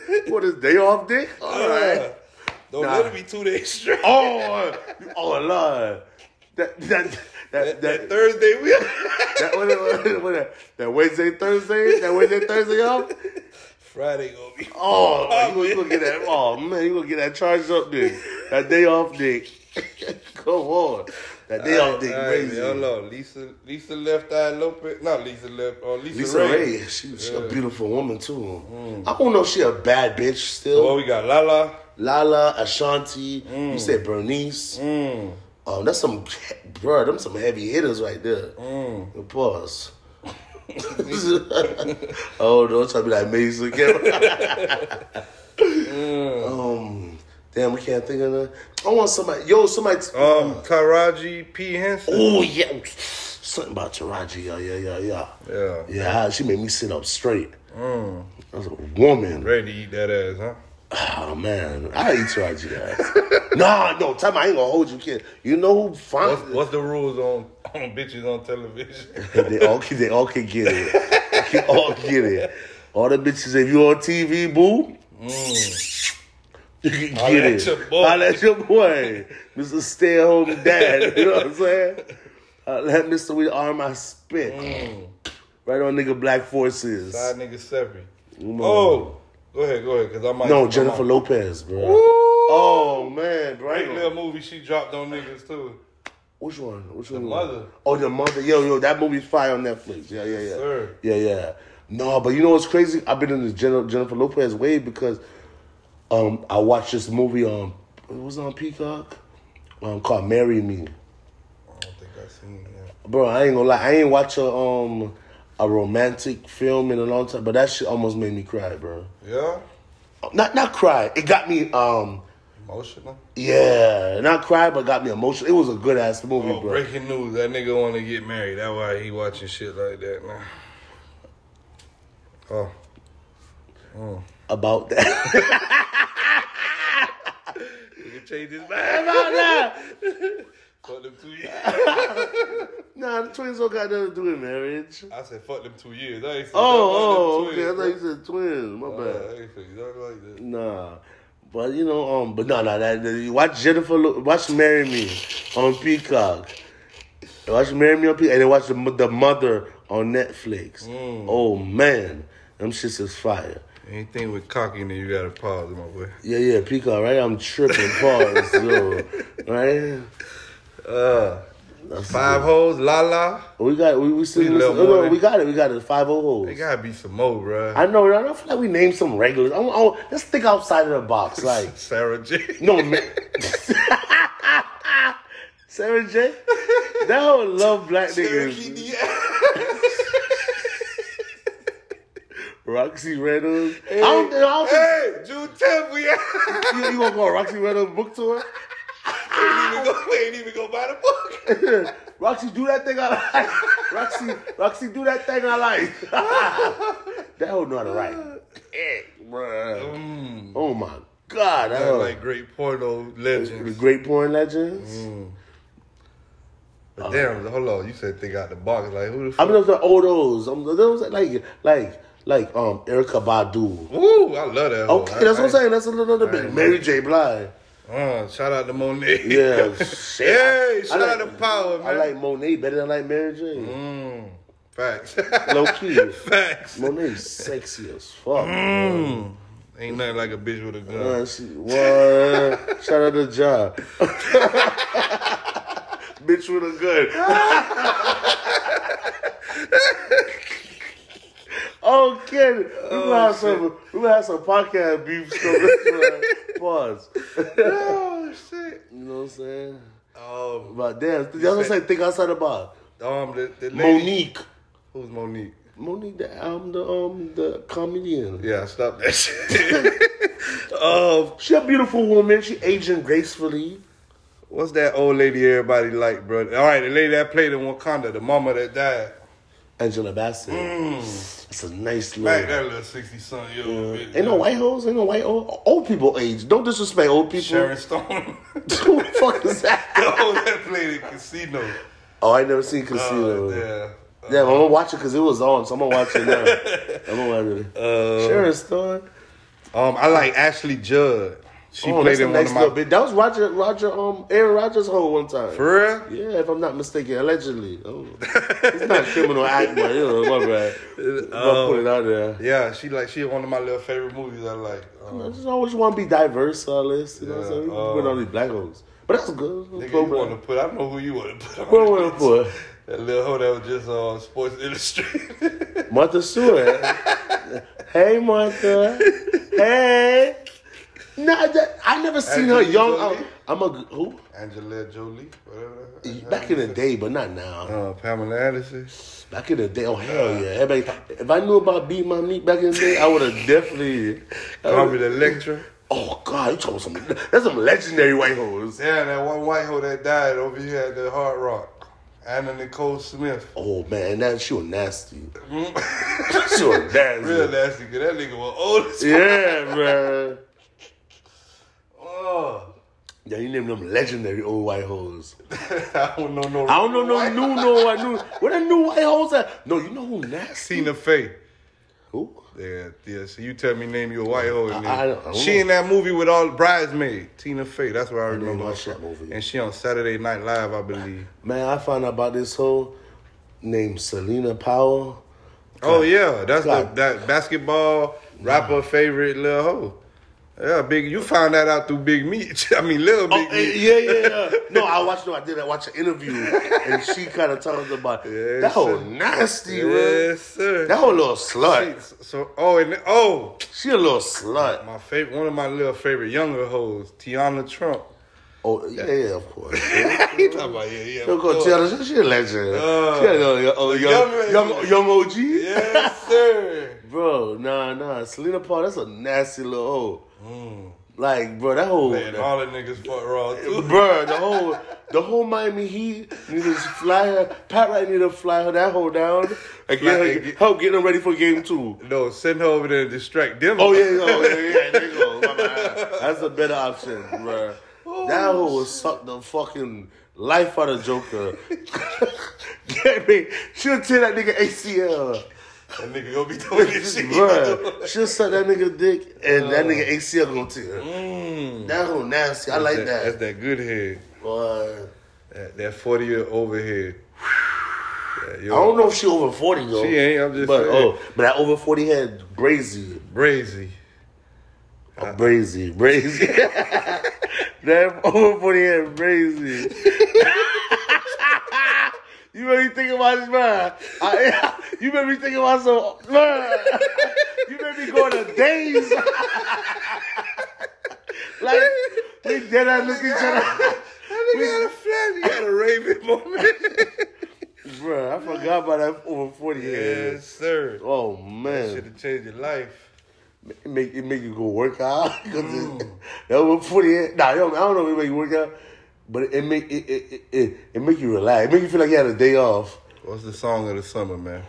Speaker 1: You call this day off dick? All right.
Speaker 2: Don't
Speaker 1: Nah.
Speaker 2: let it be two days straight.
Speaker 1: Oh, you- oh Lord. That that that
Speaker 2: that, that
Speaker 1: that
Speaker 2: Thursday we
Speaker 1: that, what it- what it- what it- that Wednesday Thursday that Wednesday Thursday off.
Speaker 2: Friday gonna be.
Speaker 1: Oh,
Speaker 2: Oh,
Speaker 1: you gonna get that? Oh man, you gonna get that charged up dick? That day off dick? Come on, that day off dick
Speaker 2: All right,
Speaker 1: crazy.
Speaker 2: Hold on, Lisa. Lisa Left Eye Lopez. Not Lisa Left. Uh, Lisa,
Speaker 1: Lisa
Speaker 2: Ray. Mm.
Speaker 1: Ray, she, she a beautiful woman too. I don't know if she a bad bitch still.
Speaker 2: Oh, Mm. we got Lala.
Speaker 1: Lala, Ashanti, you said Bernice.
Speaker 2: Mm.
Speaker 1: Um, that's some, bro, them some heavy hitters right there.
Speaker 2: Mm.
Speaker 1: Pause. oh, don't try to be like Mason again.
Speaker 2: Mm.
Speaker 1: Um, damn, we can't think of that. I want somebody, yo, somebody.
Speaker 2: Um, Taraji P Henson.
Speaker 1: oh yeah, something about Taraji, yeah, yeah, yeah, yeah.
Speaker 2: Yeah. Mm.
Speaker 1: Yeah, she made me sit up straight. I was a woman.
Speaker 2: Ready to eat that ass, huh?
Speaker 1: Oh man, I eat Taraji ass. nah, no, time I ain't gonna hold you, kid. You know who
Speaker 2: What's,
Speaker 1: fine
Speaker 2: what's the rules on, on bitches on television?
Speaker 1: they all can they all can get it. They can all get it. All the bitches if you on TV, boo. You can get
Speaker 2: Mm. Holla at
Speaker 1: it.
Speaker 2: your boy.
Speaker 1: Holla at your boy, Mr. Stay at Home Dad. You know what I'm saying? Uh, let Mr. We arm I spit right on nigga Black Forces.
Speaker 2: Mm. Side nigga separate. Oh, go ahead, go ahead, cause I might.
Speaker 1: No,
Speaker 2: I'm
Speaker 1: Jennifer
Speaker 2: out.
Speaker 1: Lopez, bro. Oh man, bro. I ain't
Speaker 2: Big
Speaker 1: gonna-
Speaker 2: little movie she dropped on niggas too.
Speaker 1: Which one? Which one?
Speaker 2: Mother.
Speaker 1: Oh, the mother. Yo, yo, that movie's fire on Netflix. Yeah, yeah, yeah.
Speaker 2: sir.
Speaker 1: Yeah, yeah. No, but you know what's crazy? I've been in the Jen- Jennifer Lopez way because um I watched this movie on it was on Peacock um called Marry Me.
Speaker 2: I don't think I seen that.
Speaker 1: Bro, I ain't gonna lie, I ain't watch a um a romantic film in a long time, but that shit almost made me cry, bro.
Speaker 2: Yeah,
Speaker 1: Not not cry. It got me um
Speaker 2: emotional.
Speaker 1: yeah, not cry, but got me emotional. It was a good ass movie,
Speaker 2: Oh,
Speaker 1: bro.
Speaker 2: breaking news! That nigga want to get married. That's why he watching shit like that now. Oh,
Speaker 1: About that.
Speaker 2: you can change his mind.
Speaker 1: About that.
Speaker 2: fuck them two years.
Speaker 1: Nah, the twins don't got nothing to do with marriage.
Speaker 2: I said fuck them two years. I ain't said
Speaker 1: Oh, oh,
Speaker 2: fuck
Speaker 1: okay. I
Speaker 2: them
Speaker 1: thought
Speaker 2: two years.
Speaker 1: you said twins. My
Speaker 2: bro.
Speaker 1: bad.
Speaker 2: I ain't say exactly like that.
Speaker 1: Nah, but you know, um, but no, no, that, that- you watch Jennifer, Lo- watch Marry Me on Peacock. You Watch Marry Me on Peacock, and then watch the, Mo- the Mother on Netflix.
Speaker 2: Mm.
Speaker 1: Oh man, them shits is fire.
Speaker 2: Anything with cocky, then you gotta pause, my boy.
Speaker 1: Yeah, yeah, Peacock, right? I'm tripping. Pause, yo, right?
Speaker 2: Uh, five holes, la la.
Speaker 1: We got, we we still,
Speaker 2: We
Speaker 1: we,
Speaker 2: love women.
Speaker 1: we got it, we got it. Five oh O holes.
Speaker 2: They gotta be some more, bro.
Speaker 1: I know. I feel like we named some regulars. I, want- I, want- let's think outside of the box. Like,
Speaker 2: Sarah J.
Speaker 1: no man. Sarah J. That whole love black
Speaker 2: Cherokee
Speaker 1: niggas.
Speaker 2: Diaz.
Speaker 1: Roxy Reynolds. I don't, I don't
Speaker 2: Hey, June 10th, we ain't
Speaker 1: think you, you gonna go on Roxy Reynolds book tour.
Speaker 2: even go, we ain't even go buy the book.
Speaker 1: Roxy, do that thing I like. Roxy, Roxy, do that thing I like. That hoe know how to write. Dick, bruh. Oh my god, that
Speaker 2: That
Speaker 1: hoe.
Speaker 2: Mm. like great porno
Speaker 1: the
Speaker 2: legends.
Speaker 1: great porn legends. Oh.
Speaker 2: But damn, hold on. You said think out the box. Like who the fuck?
Speaker 1: I'm just the old those. I'm those that like like like um Erica Badu.
Speaker 2: Woo, I love that. hoe.
Speaker 1: Okay,
Speaker 2: Oh, I-
Speaker 1: that's what I'm
Speaker 2: I-
Speaker 1: saying. That's another
Speaker 2: I
Speaker 1: big
Speaker 2: ain't
Speaker 1: Mary J. Blige.
Speaker 2: Uh, shout out to Monet.
Speaker 1: Yeah, shit.
Speaker 2: Hey, shout
Speaker 1: like-
Speaker 2: out to Power,
Speaker 1: I
Speaker 2: man.
Speaker 1: like Monet better than I like Mary J.
Speaker 2: Mm, facts.
Speaker 1: Low key.
Speaker 2: facts. Hmm.
Speaker 1: Monet's sexy as fuck.
Speaker 2: Mm. Ain't nothing like a bitch with a gun.
Speaker 1: bro. Uh, she, what? Shout out to Ja. Bitch with a gun. oh, kid. We gonna
Speaker 2: Oh,
Speaker 1: have some. We gonna have some podcast beefs coming. Pause.
Speaker 2: oh shit.
Speaker 1: You know what I'm saying?
Speaker 2: Um,
Speaker 1: But damn, that's what I'm saying. Think outside the box.
Speaker 2: um, the, the lady,
Speaker 1: Monique.
Speaker 2: Who's Monique?
Speaker 1: Monique, the, I'm the um the comedian.
Speaker 2: Yeah, stop that shit. um,
Speaker 1: She a beautiful woman. She aging gracefully.
Speaker 2: what's that old lady everybody like, bro? All right, the lady that played in Wakanda, the mama that died.
Speaker 1: Angela Bassett.
Speaker 2: Mm.
Speaker 1: That's a nice
Speaker 2: Back
Speaker 1: look.
Speaker 2: that little sixty something year old bitch.
Speaker 1: Ain't no white hoes. Ain't no white old, old people age. Don't disrespect old people.
Speaker 2: Sharon Stone.
Speaker 1: Who the fuck is that?
Speaker 2: the whole that played in Casino.
Speaker 1: Oh, I ain't never seen Casino.
Speaker 2: Uh, yeah.
Speaker 1: Yeah, but I'm gonna watch it because it was on, so I'm gonna watch it now. I'm gonna watch it.
Speaker 2: Uh,
Speaker 1: Sharon Stone.
Speaker 2: Um, I like Ashley Judd. She
Speaker 1: Oh,
Speaker 2: played
Speaker 1: that's a
Speaker 2: in
Speaker 1: nice
Speaker 2: one
Speaker 1: little
Speaker 2: of my.
Speaker 1: bit. That was Roger, Roger, um, Aaron Rodgers' hole one time.
Speaker 2: For real?
Speaker 1: Yeah, if I'm not mistaken, allegedly. Oh. it's not a criminal act, but you know, my bad. I'm gonna
Speaker 2: Oh.
Speaker 1: put it out there.
Speaker 2: Yeah, she like she one of my little favorite movies. I like. Um,
Speaker 1: I just always want to be diverse, all this. You know what
Speaker 2: Yeah,
Speaker 1: I'm saying? We
Speaker 2: uh,
Speaker 1: put all these black hoes. But that's good.
Speaker 2: nigga,
Speaker 1: Pro
Speaker 2: you
Speaker 1: black.
Speaker 2: want to put? I know who you want to put.
Speaker 1: Who I
Speaker 2: On
Speaker 1: wanna put?
Speaker 2: that little hoe that was just on Sports Illustrated.
Speaker 1: Martha Stewart. hey, Martha. Hey. Nah, that, I never seen her
Speaker 2: Angelina
Speaker 1: young.
Speaker 2: Jolie?
Speaker 1: I'm a g- who?
Speaker 2: Angela Jolie, whatever. the hell
Speaker 1: Back
Speaker 2: her
Speaker 1: in the
Speaker 2: name
Speaker 1: day, but not now.
Speaker 2: is. Uh, Pamela Anderson.
Speaker 1: Back in the day, oh hell yeah! Everybody, if I knew about beating my meat back in the day, I would have definitely. I would've-
Speaker 2: Carmen Electra.
Speaker 1: Oh god, you told some. That's some legendary white hoes.
Speaker 2: Yeah, that one white hoe that died over here at the Hard Rock. Anna Nicole Smith.
Speaker 1: Oh man, that she was nasty. she was nasty.
Speaker 2: Real nasty, cause that nigga was old as
Speaker 1: Yeah, man.
Speaker 2: Oh.
Speaker 1: Yeah, you name them legendary old white hoes.
Speaker 2: I don't know no.
Speaker 1: I don't know no new no white new. Where the new white hoes at? No, you know who nasty?
Speaker 2: Tina Fey.
Speaker 1: Who?
Speaker 2: Yeah, yeah. So you tell me, name you a white hoe. and
Speaker 1: I- I
Speaker 2: then-
Speaker 1: don't- I don't
Speaker 2: she
Speaker 1: know.
Speaker 2: in that movie with all the bridesmaid Tina Fey. That's what I
Speaker 1: didn't
Speaker 2: remember.
Speaker 1: watch that movie.
Speaker 2: And she on Saturday Night Live, I believe.
Speaker 1: Man, I found out about this hoe named Selena Powell.
Speaker 2: Oh yeah, that's the
Speaker 1: God.
Speaker 2: that basketball rapper favorite little hoe. Yeah, big. You found that out through Big Meat. I mean, little Big
Speaker 1: Oh, eh,
Speaker 2: Meat.
Speaker 1: yeah, yeah, yeah. No, I watched. No, I did. I watched an interview, and she kind of talked about
Speaker 2: Yes,
Speaker 1: that whole
Speaker 2: sir.
Speaker 1: nasty, man.
Speaker 2: Yes, sir.
Speaker 1: That whole little slut.
Speaker 2: She- so oh and oh,
Speaker 1: She a little slut.
Speaker 2: my favorite, one of my little favorite younger hoes, Tiana Trump.
Speaker 1: Oh yeah, yeah of course.
Speaker 2: you talking about yeah, yeah.
Speaker 1: Don't go
Speaker 2: of
Speaker 1: tell her she a legend.
Speaker 2: Uh,
Speaker 1: she a little, oh, young,
Speaker 2: young
Speaker 1: young,
Speaker 2: lady.
Speaker 1: young OG.
Speaker 2: course. Yes, sir.
Speaker 1: Bro, nah, nah. Selena Paul, that's a nasty little hoe. Like, bro, that whole.
Speaker 2: Mm. Man, all the niggas fuck raw too.
Speaker 1: Bro, the whole. The whole Miami Heat need to fly her. Pat Wright need to fly her that hoe down. And get
Speaker 2: Like,
Speaker 1: her,
Speaker 2: and get-
Speaker 1: help get her ready for game two.
Speaker 2: No, send her over there and distract them.
Speaker 1: Oh, yeah, yeah, oh, yeah, yeah. There you go. My bad. Oh, That's a better option, bro. that hoe will suck the fucking life out of Joker. Get me? She'll tear that nigga ACL.
Speaker 2: That nigga gonna be doing this shit.
Speaker 1: Bruh, she'll suck that nigga dick and that nigga ACL gonna tear. That whole nasty. I like
Speaker 2: That's
Speaker 1: that.
Speaker 2: that good head.
Speaker 1: Boy.
Speaker 2: That, that 40 year overhead. Yeah, yo,
Speaker 1: I don't know if she over 40 though.
Speaker 2: She ain't, I'm just
Speaker 1: but,
Speaker 2: saying.
Speaker 1: Oh, but that over 40 head, brazy.
Speaker 2: Brazy.
Speaker 1: Oh, brazy, brazy. that over 40 head, brazy. you made me think about this, man. I, you made me think about some, man. You made me go to days. like, we dead eye look each other.
Speaker 2: That nigga had a flat. He had a raven moment.
Speaker 1: Bruh, I forgot about that over 40 head.
Speaker 2: yes, sir.
Speaker 1: Oh
Speaker 2: Should
Speaker 1: man,
Speaker 2: have changed your life.
Speaker 1: it make it make you go work out. 'Cause it-
Speaker 2: Mm.
Speaker 1: That was forty eight. Nah, I don't, I don't know if it make you work out, but it make it it, it, it it make you relax. It make you feel like you had a day off.
Speaker 2: What's the song of the summer, man?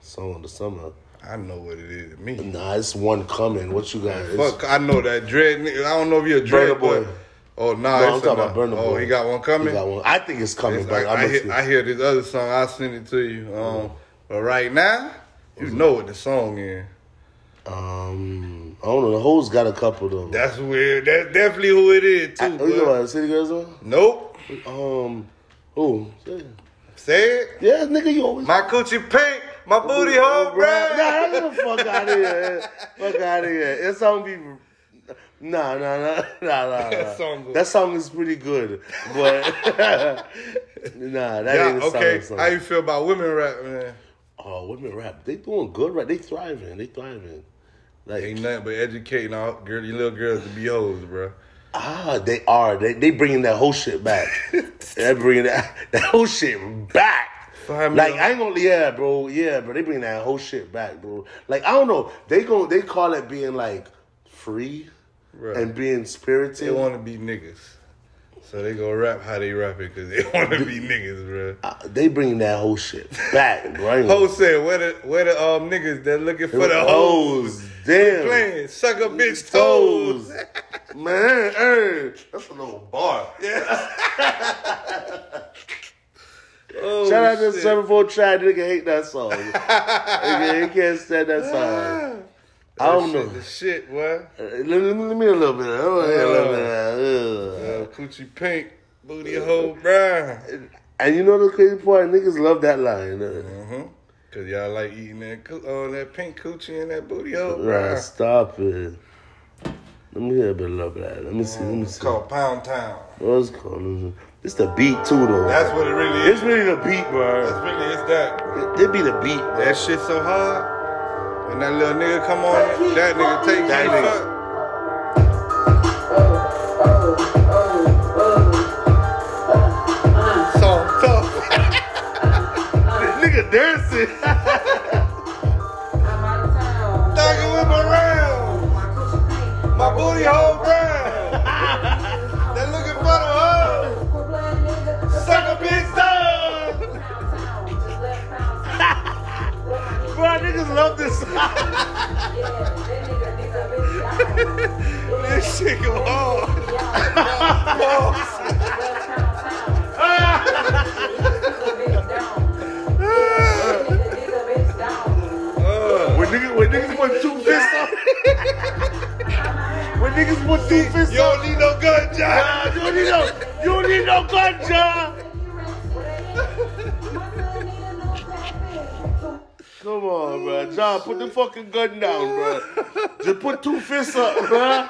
Speaker 1: Song of the summer.
Speaker 2: I know what it is to me.
Speaker 1: Nah, it's one coming. What you got? It's-
Speaker 2: Fuck, I know that dread. nigga. I don't know if you're a dread
Speaker 1: Burna Boy.
Speaker 2: boy. Oh nah,
Speaker 1: No,
Speaker 2: it's
Speaker 1: I'm talking
Speaker 2: a-
Speaker 1: about Burna
Speaker 2: Oh,
Speaker 1: Boy.
Speaker 2: he got one coming.
Speaker 1: you got one. I Mm-hmm. think it's coming,
Speaker 2: It's
Speaker 1: but
Speaker 2: like,
Speaker 1: I'm
Speaker 2: I,
Speaker 1: gonna
Speaker 2: hear,
Speaker 1: see.
Speaker 2: I hear this other song. I will send it to you. Um, but right now,
Speaker 1: Mm-hmm.
Speaker 2: you know what the song is.
Speaker 1: Um, I don't know. The hoes got a couple though.
Speaker 2: That's weird. That's definitely who it is too.
Speaker 1: I, who you
Speaker 2: bud.
Speaker 1: know, City Girls one?
Speaker 2: Nope.
Speaker 1: Um, who?
Speaker 2: Say it.
Speaker 1: Yeah, nigga, you always.
Speaker 2: My coochie pink. My booty hole
Speaker 1: Nah,
Speaker 2: brown.
Speaker 1: get the fuck out of here. fuck out of here. That song be. Nah, nah, nah, nah, nah. nah.
Speaker 2: That song good.
Speaker 1: that song is pretty good, but nah, that
Speaker 2: Yeah.
Speaker 1: ain't a
Speaker 2: Okay.
Speaker 1: song.
Speaker 2: How you feel about women rap, man?
Speaker 1: Oh, women rap. They doing good, right? They thriving. They thriving. Like
Speaker 2: Ain't nothing but educating all girly little girls to be hoes, bro.
Speaker 1: Ah, they are. They they bringing that whole shit back. they bringing that that whole shit back.
Speaker 2: Five
Speaker 1: like
Speaker 2: million.
Speaker 1: I ain't gonna, yeah, bro, yeah, bro. They bringing that whole shit back, bro. Like I don't know. They go. They call it being like free
Speaker 2: Right.
Speaker 1: and being
Speaker 2: They
Speaker 1: spirited.
Speaker 2: want to be niggas, so they go rap how they rap it because they want to be niggas, bro.
Speaker 1: Uh, they bringing that whole shit back, bro. I ain't gonna-
Speaker 2: Ho said, "Where the where the um niggas that looking for the hoes?
Speaker 1: Damn.
Speaker 2: Playing suck a bitch
Speaker 1: Toes.
Speaker 2: toes.
Speaker 1: Man, hey, that's a little bar.
Speaker 2: Oh,
Speaker 1: Shout out to
Speaker 2: shit.
Speaker 1: Seven Four Tribe. Nigga hate that song. nigga, he can't stand that song. I don't
Speaker 2: Shit,
Speaker 1: know.
Speaker 2: The Ah. shit, boy.
Speaker 1: Uh, Let me, let me a little bit. I want to hear a little bit. of that.
Speaker 2: Uh, coochie pink, booty hole brown.
Speaker 1: Ugh. And you know the crazy part? Niggas love that line. Uh,
Speaker 2: Mm-hmm. Cause y'all like eating that coo- oh, that pink coochie and that booty hole
Speaker 1: Right,
Speaker 2: brown.
Speaker 1: stop it. Let me hear a bit of that. Let me see. Let me
Speaker 2: It's
Speaker 1: see.
Speaker 2: called Pound Town.
Speaker 1: What's it called? It's the beat too, though.
Speaker 2: That's what it really is.
Speaker 1: it's really the beat, bro.
Speaker 2: That's really it's that.
Speaker 1: It, it be the beat.
Speaker 2: That shit so hard. And that little nigga come on, that nigga take that
Speaker 1: That nigga.
Speaker 2: nigga.
Speaker 3: Oh,
Speaker 2: So tough.
Speaker 1: Nigga dancing.
Speaker 2: Thugging with my rounds. My booty hole brown. they looking for the hoes. Suck a bitch down.
Speaker 1: bro, niggas love this song.
Speaker 2: This shit go hard. Uh,
Speaker 1: When niggas, when niggas put two fists up. when niggas put two fists
Speaker 2: you
Speaker 1: up.
Speaker 2: don't need no gun, John.
Speaker 1: Nah, you don't need no, you don't need no gun, John. Come on, bro. John, put the fucking gun down, bro. Just put two fists up, bro.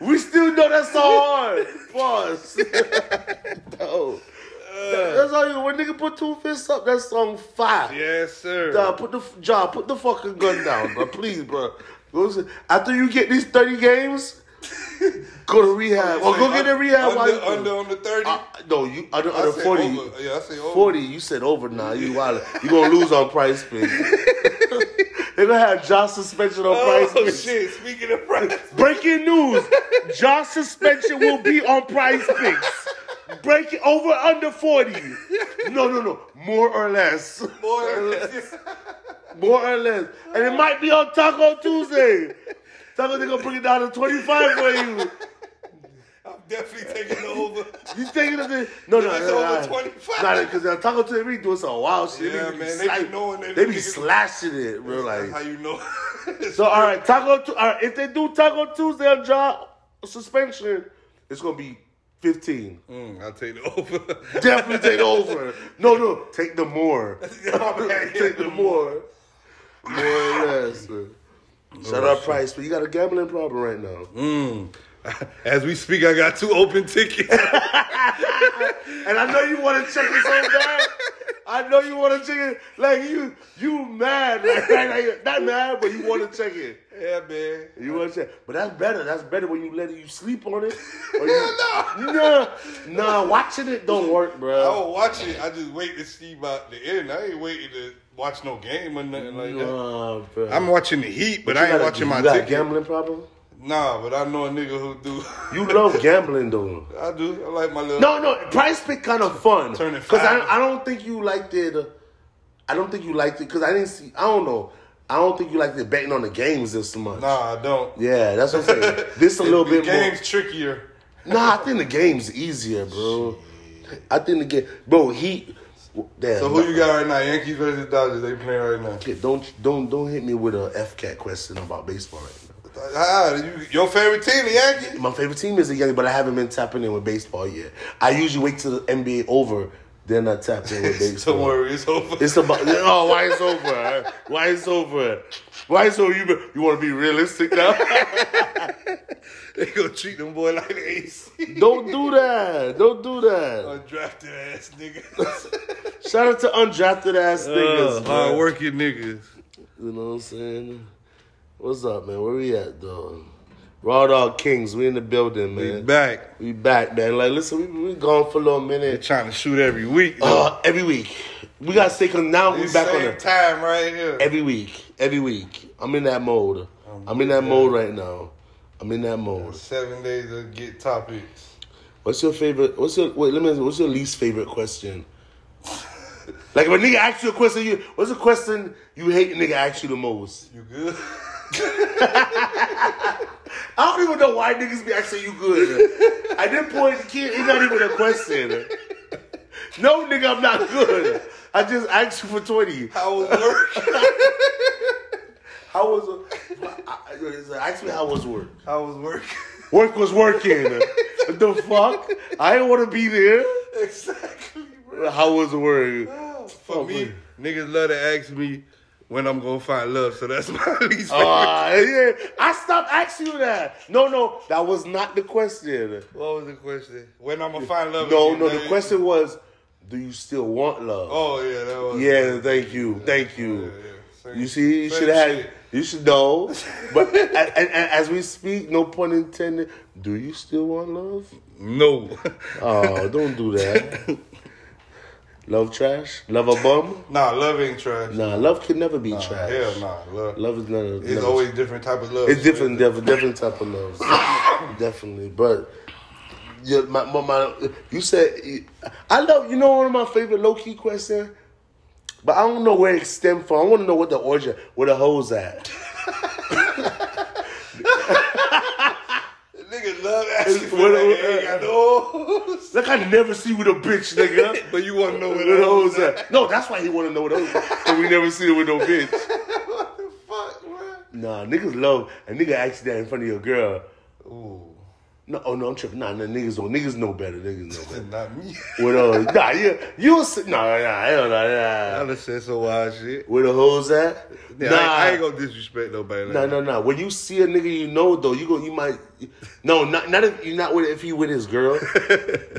Speaker 1: We still know that's so hard. Pause. no. That's all you. When nigga put two fists up, that song fire.
Speaker 2: Yes, sir.
Speaker 1: John, put the John, put the fucking gun down, bro. Please, bro. Go s- after you get these thirty games, go to rehab or go get a rehab.
Speaker 2: Under,
Speaker 1: while you-
Speaker 2: under on the 30.
Speaker 1: Uh, no, you under
Speaker 2: I
Speaker 1: under
Speaker 2: say
Speaker 1: forty.
Speaker 2: over. Yeah, I say over.
Speaker 1: 40, you said over now. You wild. You gonna lose on Price Pig. They're gonna have Josh suspension on
Speaker 2: Oh,
Speaker 1: Price Pig.
Speaker 2: shit. Speaking of price.
Speaker 1: Breaking news: Josh suspension will be on Price Picks. Break it over under forty. No, no, no. More or less.
Speaker 2: More or less.
Speaker 1: More or less. And it might be on Taco Tuesday. Taco, they gonna bring it down to twenty five for you.
Speaker 2: I'm definitely taking over.
Speaker 1: You thinking of the no no
Speaker 2: That's
Speaker 1: no,
Speaker 2: over
Speaker 1: no,
Speaker 2: 25.
Speaker 1: Nah, because they're talking to me doing some wild shit.
Speaker 2: Yeah,
Speaker 1: They be
Speaker 2: man, they be
Speaker 1: slack-
Speaker 2: knowing that
Speaker 1: they be
Speaker 2: niggas-
Speaker 1: slashing it, bro.
Speaker 2: That's how
Speaker 1: Like
Speaker 2: you know.
Speaker 1: so, all right, Taco. Tu- all right, if they do Taco Tuesday on job suspension, it's gonna be fifteen.
Speaker 2: Mm, I'll take the over.
Speaker 1: Definitely take over. No, no, take the more.
Speaker 2: My bad.
Speaker 1: take the more. More or less. Man. Shout out Price, but you got a gambling problem right now.
Speaker 2: As we speak, I got two open tickets.
Speaker 1: And I know you want to check it so bad. I know you want to check it. Like you, you mad? Like, like, like, not mad, but you want to check it.
Speaker 2: yeah, man.
Speaker 1: You want to check? But that's better. That's better when you let it. You sleep on it. Or you, no, no, nah. Watching it don't work,
Speaker 2: I
Speaker 1: bro.
Speaker 2: don't watch it. I just wait to see about the end. I ain't waiting to watch no game or nothing like that.
Speaker 1: Nah, bro.
Speaker 2: I'm watching the Heat, but,
Speaker 1: You
Speaker 2: I ain't
Speaker 1: got a-
Speaker 2: watching my
Speaker 1: you got a
Speaker 2: ticket.
Speaker 1: gambling problem.
Speaker 2: Nah, but I know a nigga who do.
Speaker 1: You love gambling though.
Speaker 2: I do. I like my little.
Speaker 1: No, no. Price pick kind of fun
Speaker 2: Turn it
Speaker 1: because I,
Speaker 2: five.
Speaker 1: uh, I don't think you liked it. I don't think you liked it because I didn't see. I don't know. I don't think you like to betting on the games this much.
Speaker 2: Nah, I don't.
Speaker 1: Yeah, that's what I'm saying. This a little
Speaker 2: the
Speaker 1: bit more.
Speaker 2: game's trickier.
Speaker 1: Nah, I think the game's easier, bro. I think the game, bro. He, damn.
Speaker 2: So who you got right now? Yankees versus Dodgers. They playing right now.
Speaker 1: Okay, don't don't don't hit me with a FCAT question about baseball right now.
Speaker 2: Ah, you, your favorite team, the Yankees.
Speaker 1: My favorite team is the Yankees, but I haven't been tapping in with baseball yet. I usually wait till the NBA over, then I tap in with baseball.
Speaker 2: Don't worry, it's over.
Speaker 1: It's about oh why it's over huh? why it's over why it's over you be- you want to be realistic now
Speaker 2: they gonna treat them boy like the AC.
Speaker 1: don't do that don't do that
Speaker 2: Undrafted ass niggas.
Speaker 1: shout out to undrafted ass niggas
Speaker 2: Uh,
Speaker 1: man.
Speaker 2: hard working niggas.
Speaker 1: You know what I'm saying? What's up, man? Where we at, though? Raw Dog Kings, we in the building, man.
Speaker 2: We back.
Speaker 1: We back, man. Like, listen, we, we gone for a little
Speaker 2: They're
Speaker 1: minute.
Speaker 2: trying to shoot every week. though.
Speaker 1: Uh, every week. We got to stay, cause now we
Speaker 2: This
Speaker 1: back on
Speaker 2: same
Speaker 1: it.
Speaker 2: time right here.
Speaker 1: Every week. Every week. I'm in that mode. I'm in that mode right now. I'm in that mode.
Speaker 2: Seven days to get topics.
Speaker 1: What's your favorite? What's your wait? Let me. ask you, What's your least favorite question? like if a nigga asks you a question, you what's the question you hate? A nigga asks you the most.
Speaker 2: You good?
Speaker 1: I don't even know why niggas be asking you good. At this point, kid, it's not even a question. No, nigga, I'm not good. I just asked you for 20.
Speaker 2: How was work?
Speaker 1: How was I, I, Ask me how was work.
Speaker 2: How was work?
Speaker 1: Work was working. the fuck? I didn't want to be there.
Speaker 2: exactly, bro.
Speaker 1: How was work?
Speaker 2: For me,
Speaker 1: man.
Speaker 2: niggas love to ask me when I'm gonna find love, so that's my least favorite.
Speaker 1: Ah, yeah. I stopped asking you that. No, no, that was not the question.
Speaker 2: what was the question? When I'm gonna find love?
Speaker 1: No,
Speaker 2: again,
Speaker 1: no, the
Speaker 2: nigga?
Speaker 1: question was, do you still want love?
Speaker 2: Oh yeah, that was.
Speaker 1: Yeah, thank you, thank you.
Speaker 2: yeah, same-
Speaker 1: You see, you
Speaker 2: same
Speaker 1: should have.
Speaker 2: shit.
Speaker 1: You should know. But and, and, and as we speak, no pun intended. Do you still want love?
Speaker 2: No.
Speaker 1: Oh, don't do that. love trash. Love a bum.
Speaker 2: nah, love ain't trash.
Speaker 1: Nah, love can never be trash.
Speaker 2: Hell nah, love.
Speaker 1: Love is not. A,
Speaker 2: it's
Speaker 1: never-
Speaker 2: always different type of love.
Speaker 1: It's different, different, different type of love. Definitely, but. Yeah, my, my, my, you said I love you know one of my favorite low key question, but I don't know where it stemmed from. I want to know what the origin, where the hoes at.
Speaker 2: Nigga love asking for
Speaker 1: What-
Speaker 2: that.
Speaker 1: what-
Speaker 2: ain't got no.
Speaker 1: Like I never see with a bitch, nigga.
Speaker 2: but you wanna know
Speaker 1: With
Speaker 2: what
Speaker 1: a
Speaker 2: those
Speaker 1: hoes
Speaker 2: are?
Speaker 1: at. No, that's why he want to know what hoes. at. But we never see it with no bitch.
Speaker 2: What the fuck, bro?
Speaker 1: Nah, niggas love a nigga asks that in front of your girl.
Speaker 2: Ooh,
Speaker 1: No, oh no, I'm tripping. Nah, nah, niggas don't. Niggas know better. Niggas know better.
Speaker 2: not me.
Speaker 1: With a nah, yeah, you see, nah, nah, hell nah, nah.
Speaker 2: I done said some wild shit.
Speaker 1: Where the hoes at?
Speaker 2: Yeah,
Speaker 1: nah,
Speaker 2: I, ain't- I ain't gonna disrespect nobody. Like
Speaker 1: No,
Speaker 2: that.
Speaker 1: no, no. When you see a nigga you know though, you go, you might. No, not not if you not with if he with his girl,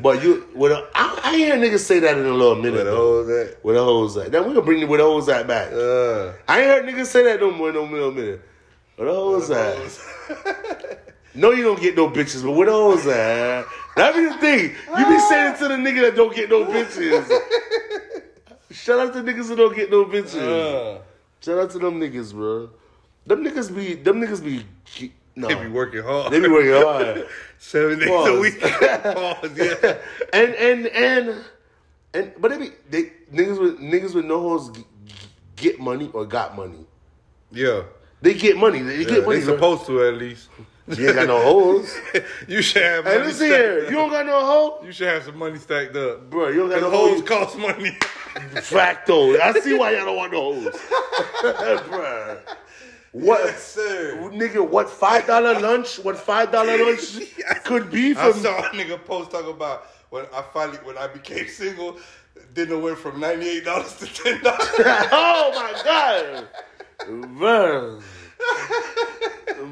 Speaker 1: but you with a. I, I hear niggas say that in a little minute.
Speaker 2: Where the
Speaker 1: though.
Speaker 2: hoes at?
Speaker 1: Where the hoes at? Then we gonna bring the where the hoes at back.
Speaker 2: Uh,
Speaker 1: I ain't heard niggas say that no more in no middle minute. Where the hoes at? No, you don't get no bitches, but where the hoes at? That be the thing. You be saying it to the nigga that don't get no bitches. Shout out to niggas that don't get no bitches.
Speaker 2: uh,
Speaker 1: Shout out to them niggas, bro. Them niggas be them niggas be ge- no.
Speaker 2: they be working hard.
Speaker 1: They be working hard.
Speaker 2: seven days a
Speaker 1: Pause.
Speaker 2: week. Pause, yeah.
Speaker 1: and and and and but they be they niggas with niggas with no hoes g- g- get money or got money.
Speaker 2: Yeah.
Speaker 1: They get money. They
Speaker 2: yeah
Speaker 1: get money.
Speaker 2: they supposed to at least.
Speaker 1: you ain't got no hoes.
Speaker 2: you should have.
Speaker 1: Hey,
Speaker 2: money
Speaker 1: listen
Speaker 2: stacked
Speaker 1: here.
Speaker 2: up.
Speaker 1: You don't got no hoe,
Speaker 2: You should have some money stacked up.
Speaker 1: bro. You don't got
Speaker 2: Cause
Speaker 1: no
Speaker 2: hoes
Speaker 1: hoes.
Speaker 2: cost money.
Speaker 1: Facto. I see why y'all don't want no hoes, bro. What?
Speaker 2: sir.
Speaker 1: Nigga, what five dollar lunch? What five dollar lunch could be
Speaker 2: I
Speaker 1: for
Speaker 2: saw a nigga post talk about when I finally when I became single, dinner went from ninety eight dollars to ten dollars.
Speaker 1: oh my god, bruh,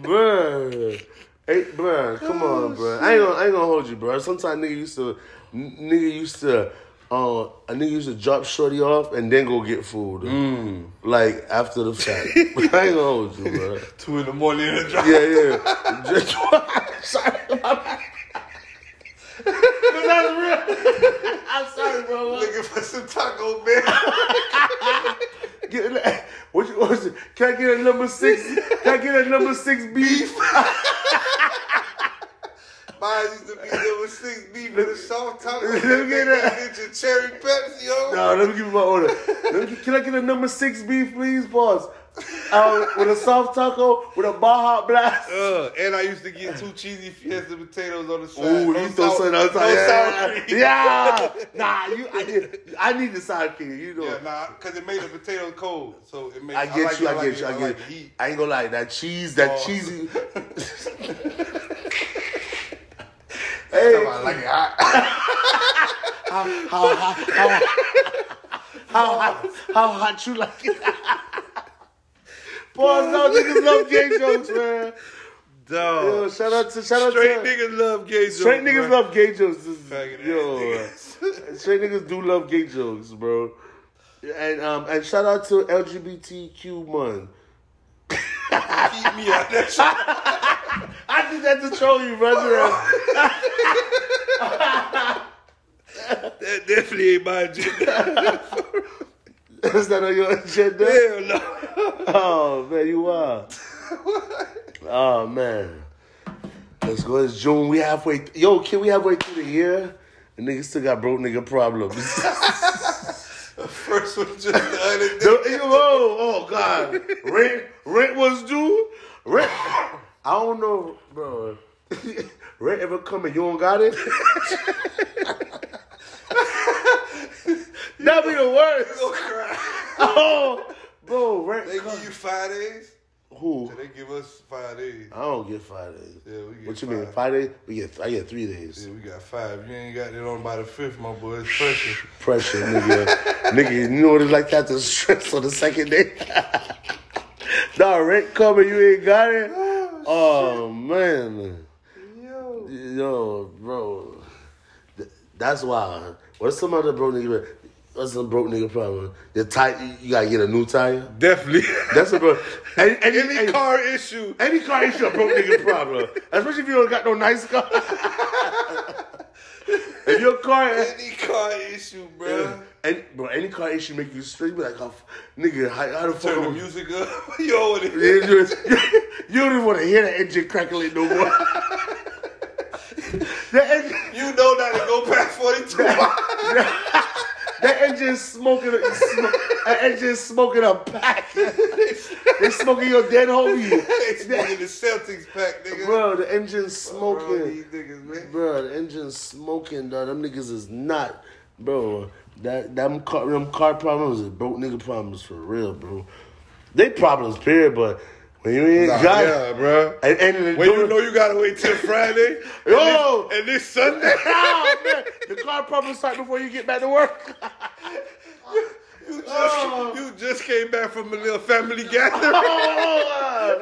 Speaker 1: bruh, hey, bruh, come
Speaker 2: Oh,
Speaker 1: on, bruh. I ain't gonna, I ain't gonna hold you, bruh. Sometimes nigga used to, n- nigga used to, uh, a nigga used to drop shorty off and then go get food,
Speaker 2: Mm.
Speaker 1: like after the fact. I ain't gonna hold you, bruh.
Speaker 2: Two in the morning in the drive.
Speaker 1: Yeah, yeah. Just- sorry, my bad. That's real. I'm sorry, bro.
Speaker 2: Looking for some taco man.
Speaker 1: Get a- what you, what you, can I get a number six? Can I get a number six beef?
Speaker 2: Mine used to be number six beef with a soft taco.
Speaker 1: Let me get that.
Speaker 2: Get your cherry Pepsi, yo.
Speaker 1: No, let me give you my order. Let me- can I get a number six beef, please? Pause. uh, with a soft taco, with a Baja Blast.
Speaker 2: Uh, and I used to get two cheesy fiesta potatoes on the side.
Speaker 1: Ooh,
Speaker 2: No
Speaker 1: you throw
Speaker 2: sour-
Speaker 1: something on
Speaker 2: no
Speaker 1: top.
Speaker 2: sour
Speaker 1: Yeah,
Speaker 2: cream.
Speaker 1: yeah. Nah, you. I need, I need the side cream. You know.
Speaker 2: Yeah, nah, cause it made the potatoes cold, so it made.
Speaker 1: I
Speaker 2: like
Speaker 1: get you.
Speaker 2: it,
Speaker 1: I
Speaker 2: like
Speaker 1: get
Speaker 2: it,
Speaker 1: you. I
Speaker 2: like
Speaker 1: get
Speaker 2: the
Speaker 1: you.
Speaker 2: heat.
Speaker 1: I ain't gonna lie. That cheese. That
Speaker 2: Oh.
Speaker 1: cheesy.
Speaker 2: So
Speaker 1: hey,
Speaker 2: I like it hot.
Speaker 1: how hot? How hot? How hot? How hot you like it? Boys, no niggas love gay jokes, man. Yo,
Speaker 2: Dog.
Speaker 1: shout out to shout out
Speaker 2: Straight
Speaker 1: to
Speaker 2: niggas love gay
Speaker 1: straight
Speaker 2: jokes,
Speaker 1: niggas
Speaker 2: bro.
Speaker 1: love gay jokes. This is-
Speaker 2: Faggot ass
Speaker 1: yo,
Speaker 2: niggas.
Speaker 1: straight niggas do love gay jokes, bro. And um and shout out to LGBTQ month.
Speaker 2: Keep me out that shit.
Speaker 1: I did that to troll you, brother.
Speaker 2: That definitely ain't my agenda.
Speaker 1: Is that on your agenda?
Speaker 2: Hell no.
Speaker 1: Oh man, you are. oh man. Let's go. It's June. We halfway. Th- Yo, kid, we halfway through the year. The niggas still got broke nigga problems.
Speaker 2: First one just the other day.
Speaker 1: The- yo, oh, oh God. Rent rent was due. Rent. I don't know, bro. rent ever coming? You don't got it? That'd be the worst.
Speaker 2: Don't cry.
Speaker 1: Oh, bro, rent.
Speaker 2: They
Speaker 1: come-
Speaker 2: give you five days.
Speaker 1: Who?
Speaker 2: They give us five days.
Speaker 1: I don't get five days.
Speaker 2: Yeah, we get
Speaker 1: what you
Speaker 2: five.
Speaker 1: mean? Five days? We get I get three days.
Speaker 2: Yeah, we got five. You ain't got it on by the fifth, my boy. It's pressure.
Speaker 1: Pressure, nigga. nigga, you know what it's like that to stress on the second day. nah, rent coming, you ain't got it. Oh, man.
Speaker 2: Yo.
Speaker 1: Yo, bro. Th- That's why. What's some other broke nigga? What's some broke nigga problem? The tire, you gotta get a new tire.
Speaker 2: Definitely.
Speaker 1: That's a bro. Any, any,
Speaker 2: Any
Speaker 1: any-
Speaker 2: car issue.
Speaker 1: Any car issue a broke nigga problem. Especially if you don't got no nice car. if your car
Speaker 2: Any car issue, bro.
Speaker 1: any, bro, any car issue make you straight, you be like, oh, f- nigga, how, how the fuck
Speaker 2: Turn the
Speaker 1: am I-
Speaker 2: music up. Yo, what it
Speaker 1: You don't even- you don't even want to hear that engine crackling no more. that, engine,
Speaker 2: You know not to go past 42 miles.
Speaker 1: that engine's smoking. A, smoke, that engine's smoking a pack. they smoking your dead homie,
Speaker 2: It's one of the Celtics pack, nigga.
Speaker 1: bro. The engine's
Speaker 2: Bro,
Speaker 1: smoking.
Speaker 2: these niggas, man.
Speaker 1: Bro, the engine's smoking, dog. Them niggas is not, bro. That them car, them car problems is broke nigga problems for real, bro. They problems, period. But when you ain't
Speaker 2: Nah,
Speaker 1: got,
Speaker 2: yeah, bro.
Speaker 1: and, and the
Speaker 2: When you
Speaker 1: dude-
Speaker 2: know you gotta wait till Friday,
Speaker 1: Yo!
Speaker 2: and, this, and this Sunday,
Speaker 1: Ah, man, the car problems start before you get back to work.
Speaker 2: you just,
Speaker 1: Oh.
Speaker 2: you just came back from a little family gathering.
Speaker 1: Oh,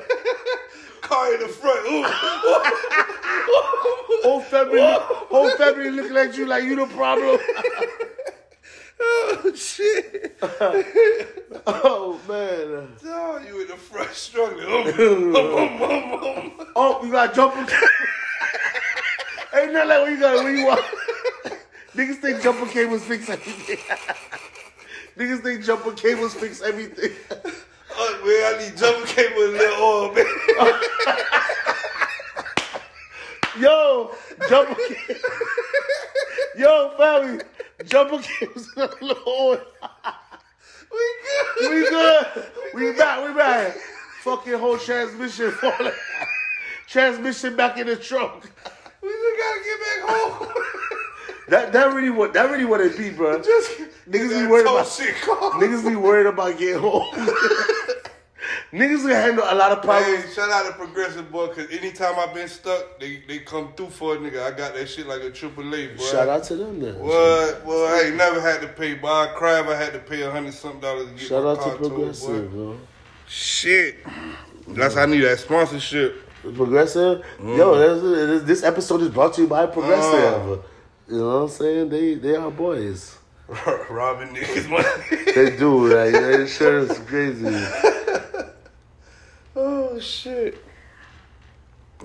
Speaker 2: Car in the front, ooh,
Speaker 1: uh, whole family, whole family looking at you like you the problem.
Speaker 2: oh shit!
Speaker 1: Oh man.
Speaker 2: Oh, you in the front struggling. Ooh. Boom, boom, boom, boom.
Speaker 1: Oh, you gotta jump. Ain't nothing like when you gotta when you walk. Niggas think jumper cables fix everything. Niggas think jumper cables fix everything.
Speaker 2: Oh, man, I need jumper cable and a little oil, man.
Speaker 1: Yo, jumper cables. Yo, family, jumper cables. Lord,
Speaker 2: We good.
Speaker 1: we good. We back. We back. Fucking whole transmission falling. Transmission back in the trunk.
Speaker 2: We just gotta get back home.
Speaker 1: That that really what that really what it be, bro.
Speaker 2: just
Speaker 1: Niggas be
Speaker 2: that
Speaker 1: worried
Speaker 2: tall
Speaker 1: about
Speaker 2: shit. Car.
Speaker 1: Niggas be worried about getting home. Niggas can handle a lot of
Speaker 2: Hey,
Speaker 1: problems.
Speaker 2: shout out to Progressive Boy, cause anytime I've been stuck, they, they come through for a nigga. I got that shit like a triple A, boy.
Speaker 1: Shout out to them then.
Speaker 2: What? Well, I ain't never had to pay. But I cried. I had to pay a hundred something dollars to get
Speaker 1: Shout
Speaker 2: my
Speaker 1: out
Speaker 2: car
Speaker 1: to
Speaker 2: towed,
Speaker 1: Progressive,
Speaker 2: boy.
Speaker 1: bro.
Speaker 2: Shit, that's I need that sponsorship.
Speaker 1: Progressive, yo, this, this episode is brought to you by
Speaker 2: Uh.
Speaker 1: Progressive. You know what I'm saying? They they are boys.
Speaker 2: Robbing niggas money.
Speaker 1: They do, like their insurance is crazy.
Speaker 2: oh shit.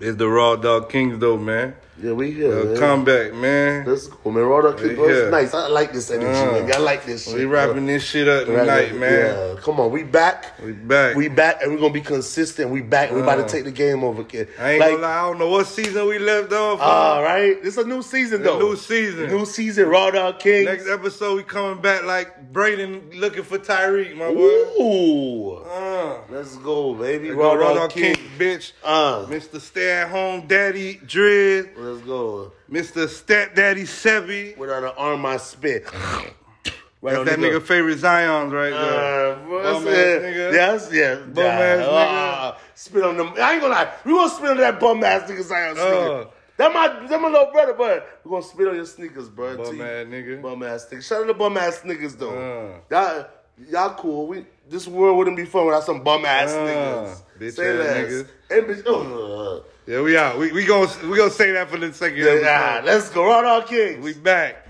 Speaker 2: It's the Raw Dog Kings though, man.
Speaker 1: Yeah, we here.
Speaker 2: Uh,
Speaker 1: man.
Speaker 2: comeback, man.
Speaker 1: Let's go, man. Raw Dog Kid,
Speaker 2: We
Speaker 1: bro,
Speaker 2: here.
Speaker 1: It's nice. I like this energy,
Speaker 2: Uh,
Speaker 1: nigga. I like this shit.
Speaker 2: We
Speaker 1: bro.
Speaker 2: wrapping this shit up
Speaker 1: Right
Speaker 2: tonight,
Speaker 1: now.
Speaker 2: man.
Speaker 1: Yeah, come on, we back.
Speaker 2: We back.
Speaker 1: We back, and we're gonna be consistent. We back. and we about
Speaker 2: Uh,
Speaker 1: to take the game over, kid.
Speaker 2: I ain't
Speaker 1: Like, Uh,
Speaker 2: gonna lie, I don't know what season we left off.
Speaker 1: All right, it's a new season though.
Speaker 2: new season.
Speaker 1: new season. Raw Dog King.
Speaker 2: Next episode, we coming back like Braden looking for Tyreek, my boy.
Speaker 1: Ooh,
Speaker 2: Uh,
Speaker 1: let's go, baby.
Speaker 2: Raw
Speaker 1: Raw
Speaker 2: Raw
Speaker 1: Dog
Speaker 2: King,
Speaker 1: King.
Speaker 2: bitch.
Speaker 1: Uh,
Speaker 2: Mr. Stay at Home Daddy Dread.
Speaker 1: let's go.
Speaker 2: Mr. Step Daddy Sebi.
Speaker 1: Without an arm, I spit. Right
Speaker 2: That's
Speaker 1: on
Speaker 2: that
Speaker 1: the
Speaker 2: nigga
Speaker 1: go.
Speaker 2: favorite Zion's right there.
Speaker 1: Uh,
Speaker 2: Bum
Speaker 1: bum
Speaker 2: ass nigga.
Speaker 1: nigga. Yes, yes.
Speaker 2: Bum ass
Speaker 1: Ah, spit on them. I ain't gonna lie. We gonna spit on that bum ass nigga Zion sneaker.
Speaker 2: Uh.
Speaker 1: that my that my little brother, but we gonna spit on your sneakers, bro.
Speaker 2: Bum
Speaker 1: T.
Speaker 2: ass nigga.
Speaker 1: Bum ass niggas. Shout out to bum ass niggas though.
Speaker 2: Uh.
Speaker 1: Y'all, y'all cool. We this world wouldn't be fun without some bum ass
Speaker 2: Uh,
Speaker 1: niggas.
Speaker 2: bitch
Speaker 1: Say
Speaker 2: ass
Speaker 1: less.
Speaker 2: niggas.
Speaker 1: And bitch, oh, ugh.
Speaker 2: Yeah, we out. We, we gonna we gonna say that for the second
Speaker 1: Yeah,
Speaker 2: episode.
Speaker 1: let's go. Right on, kids.
Speaker 2: We back.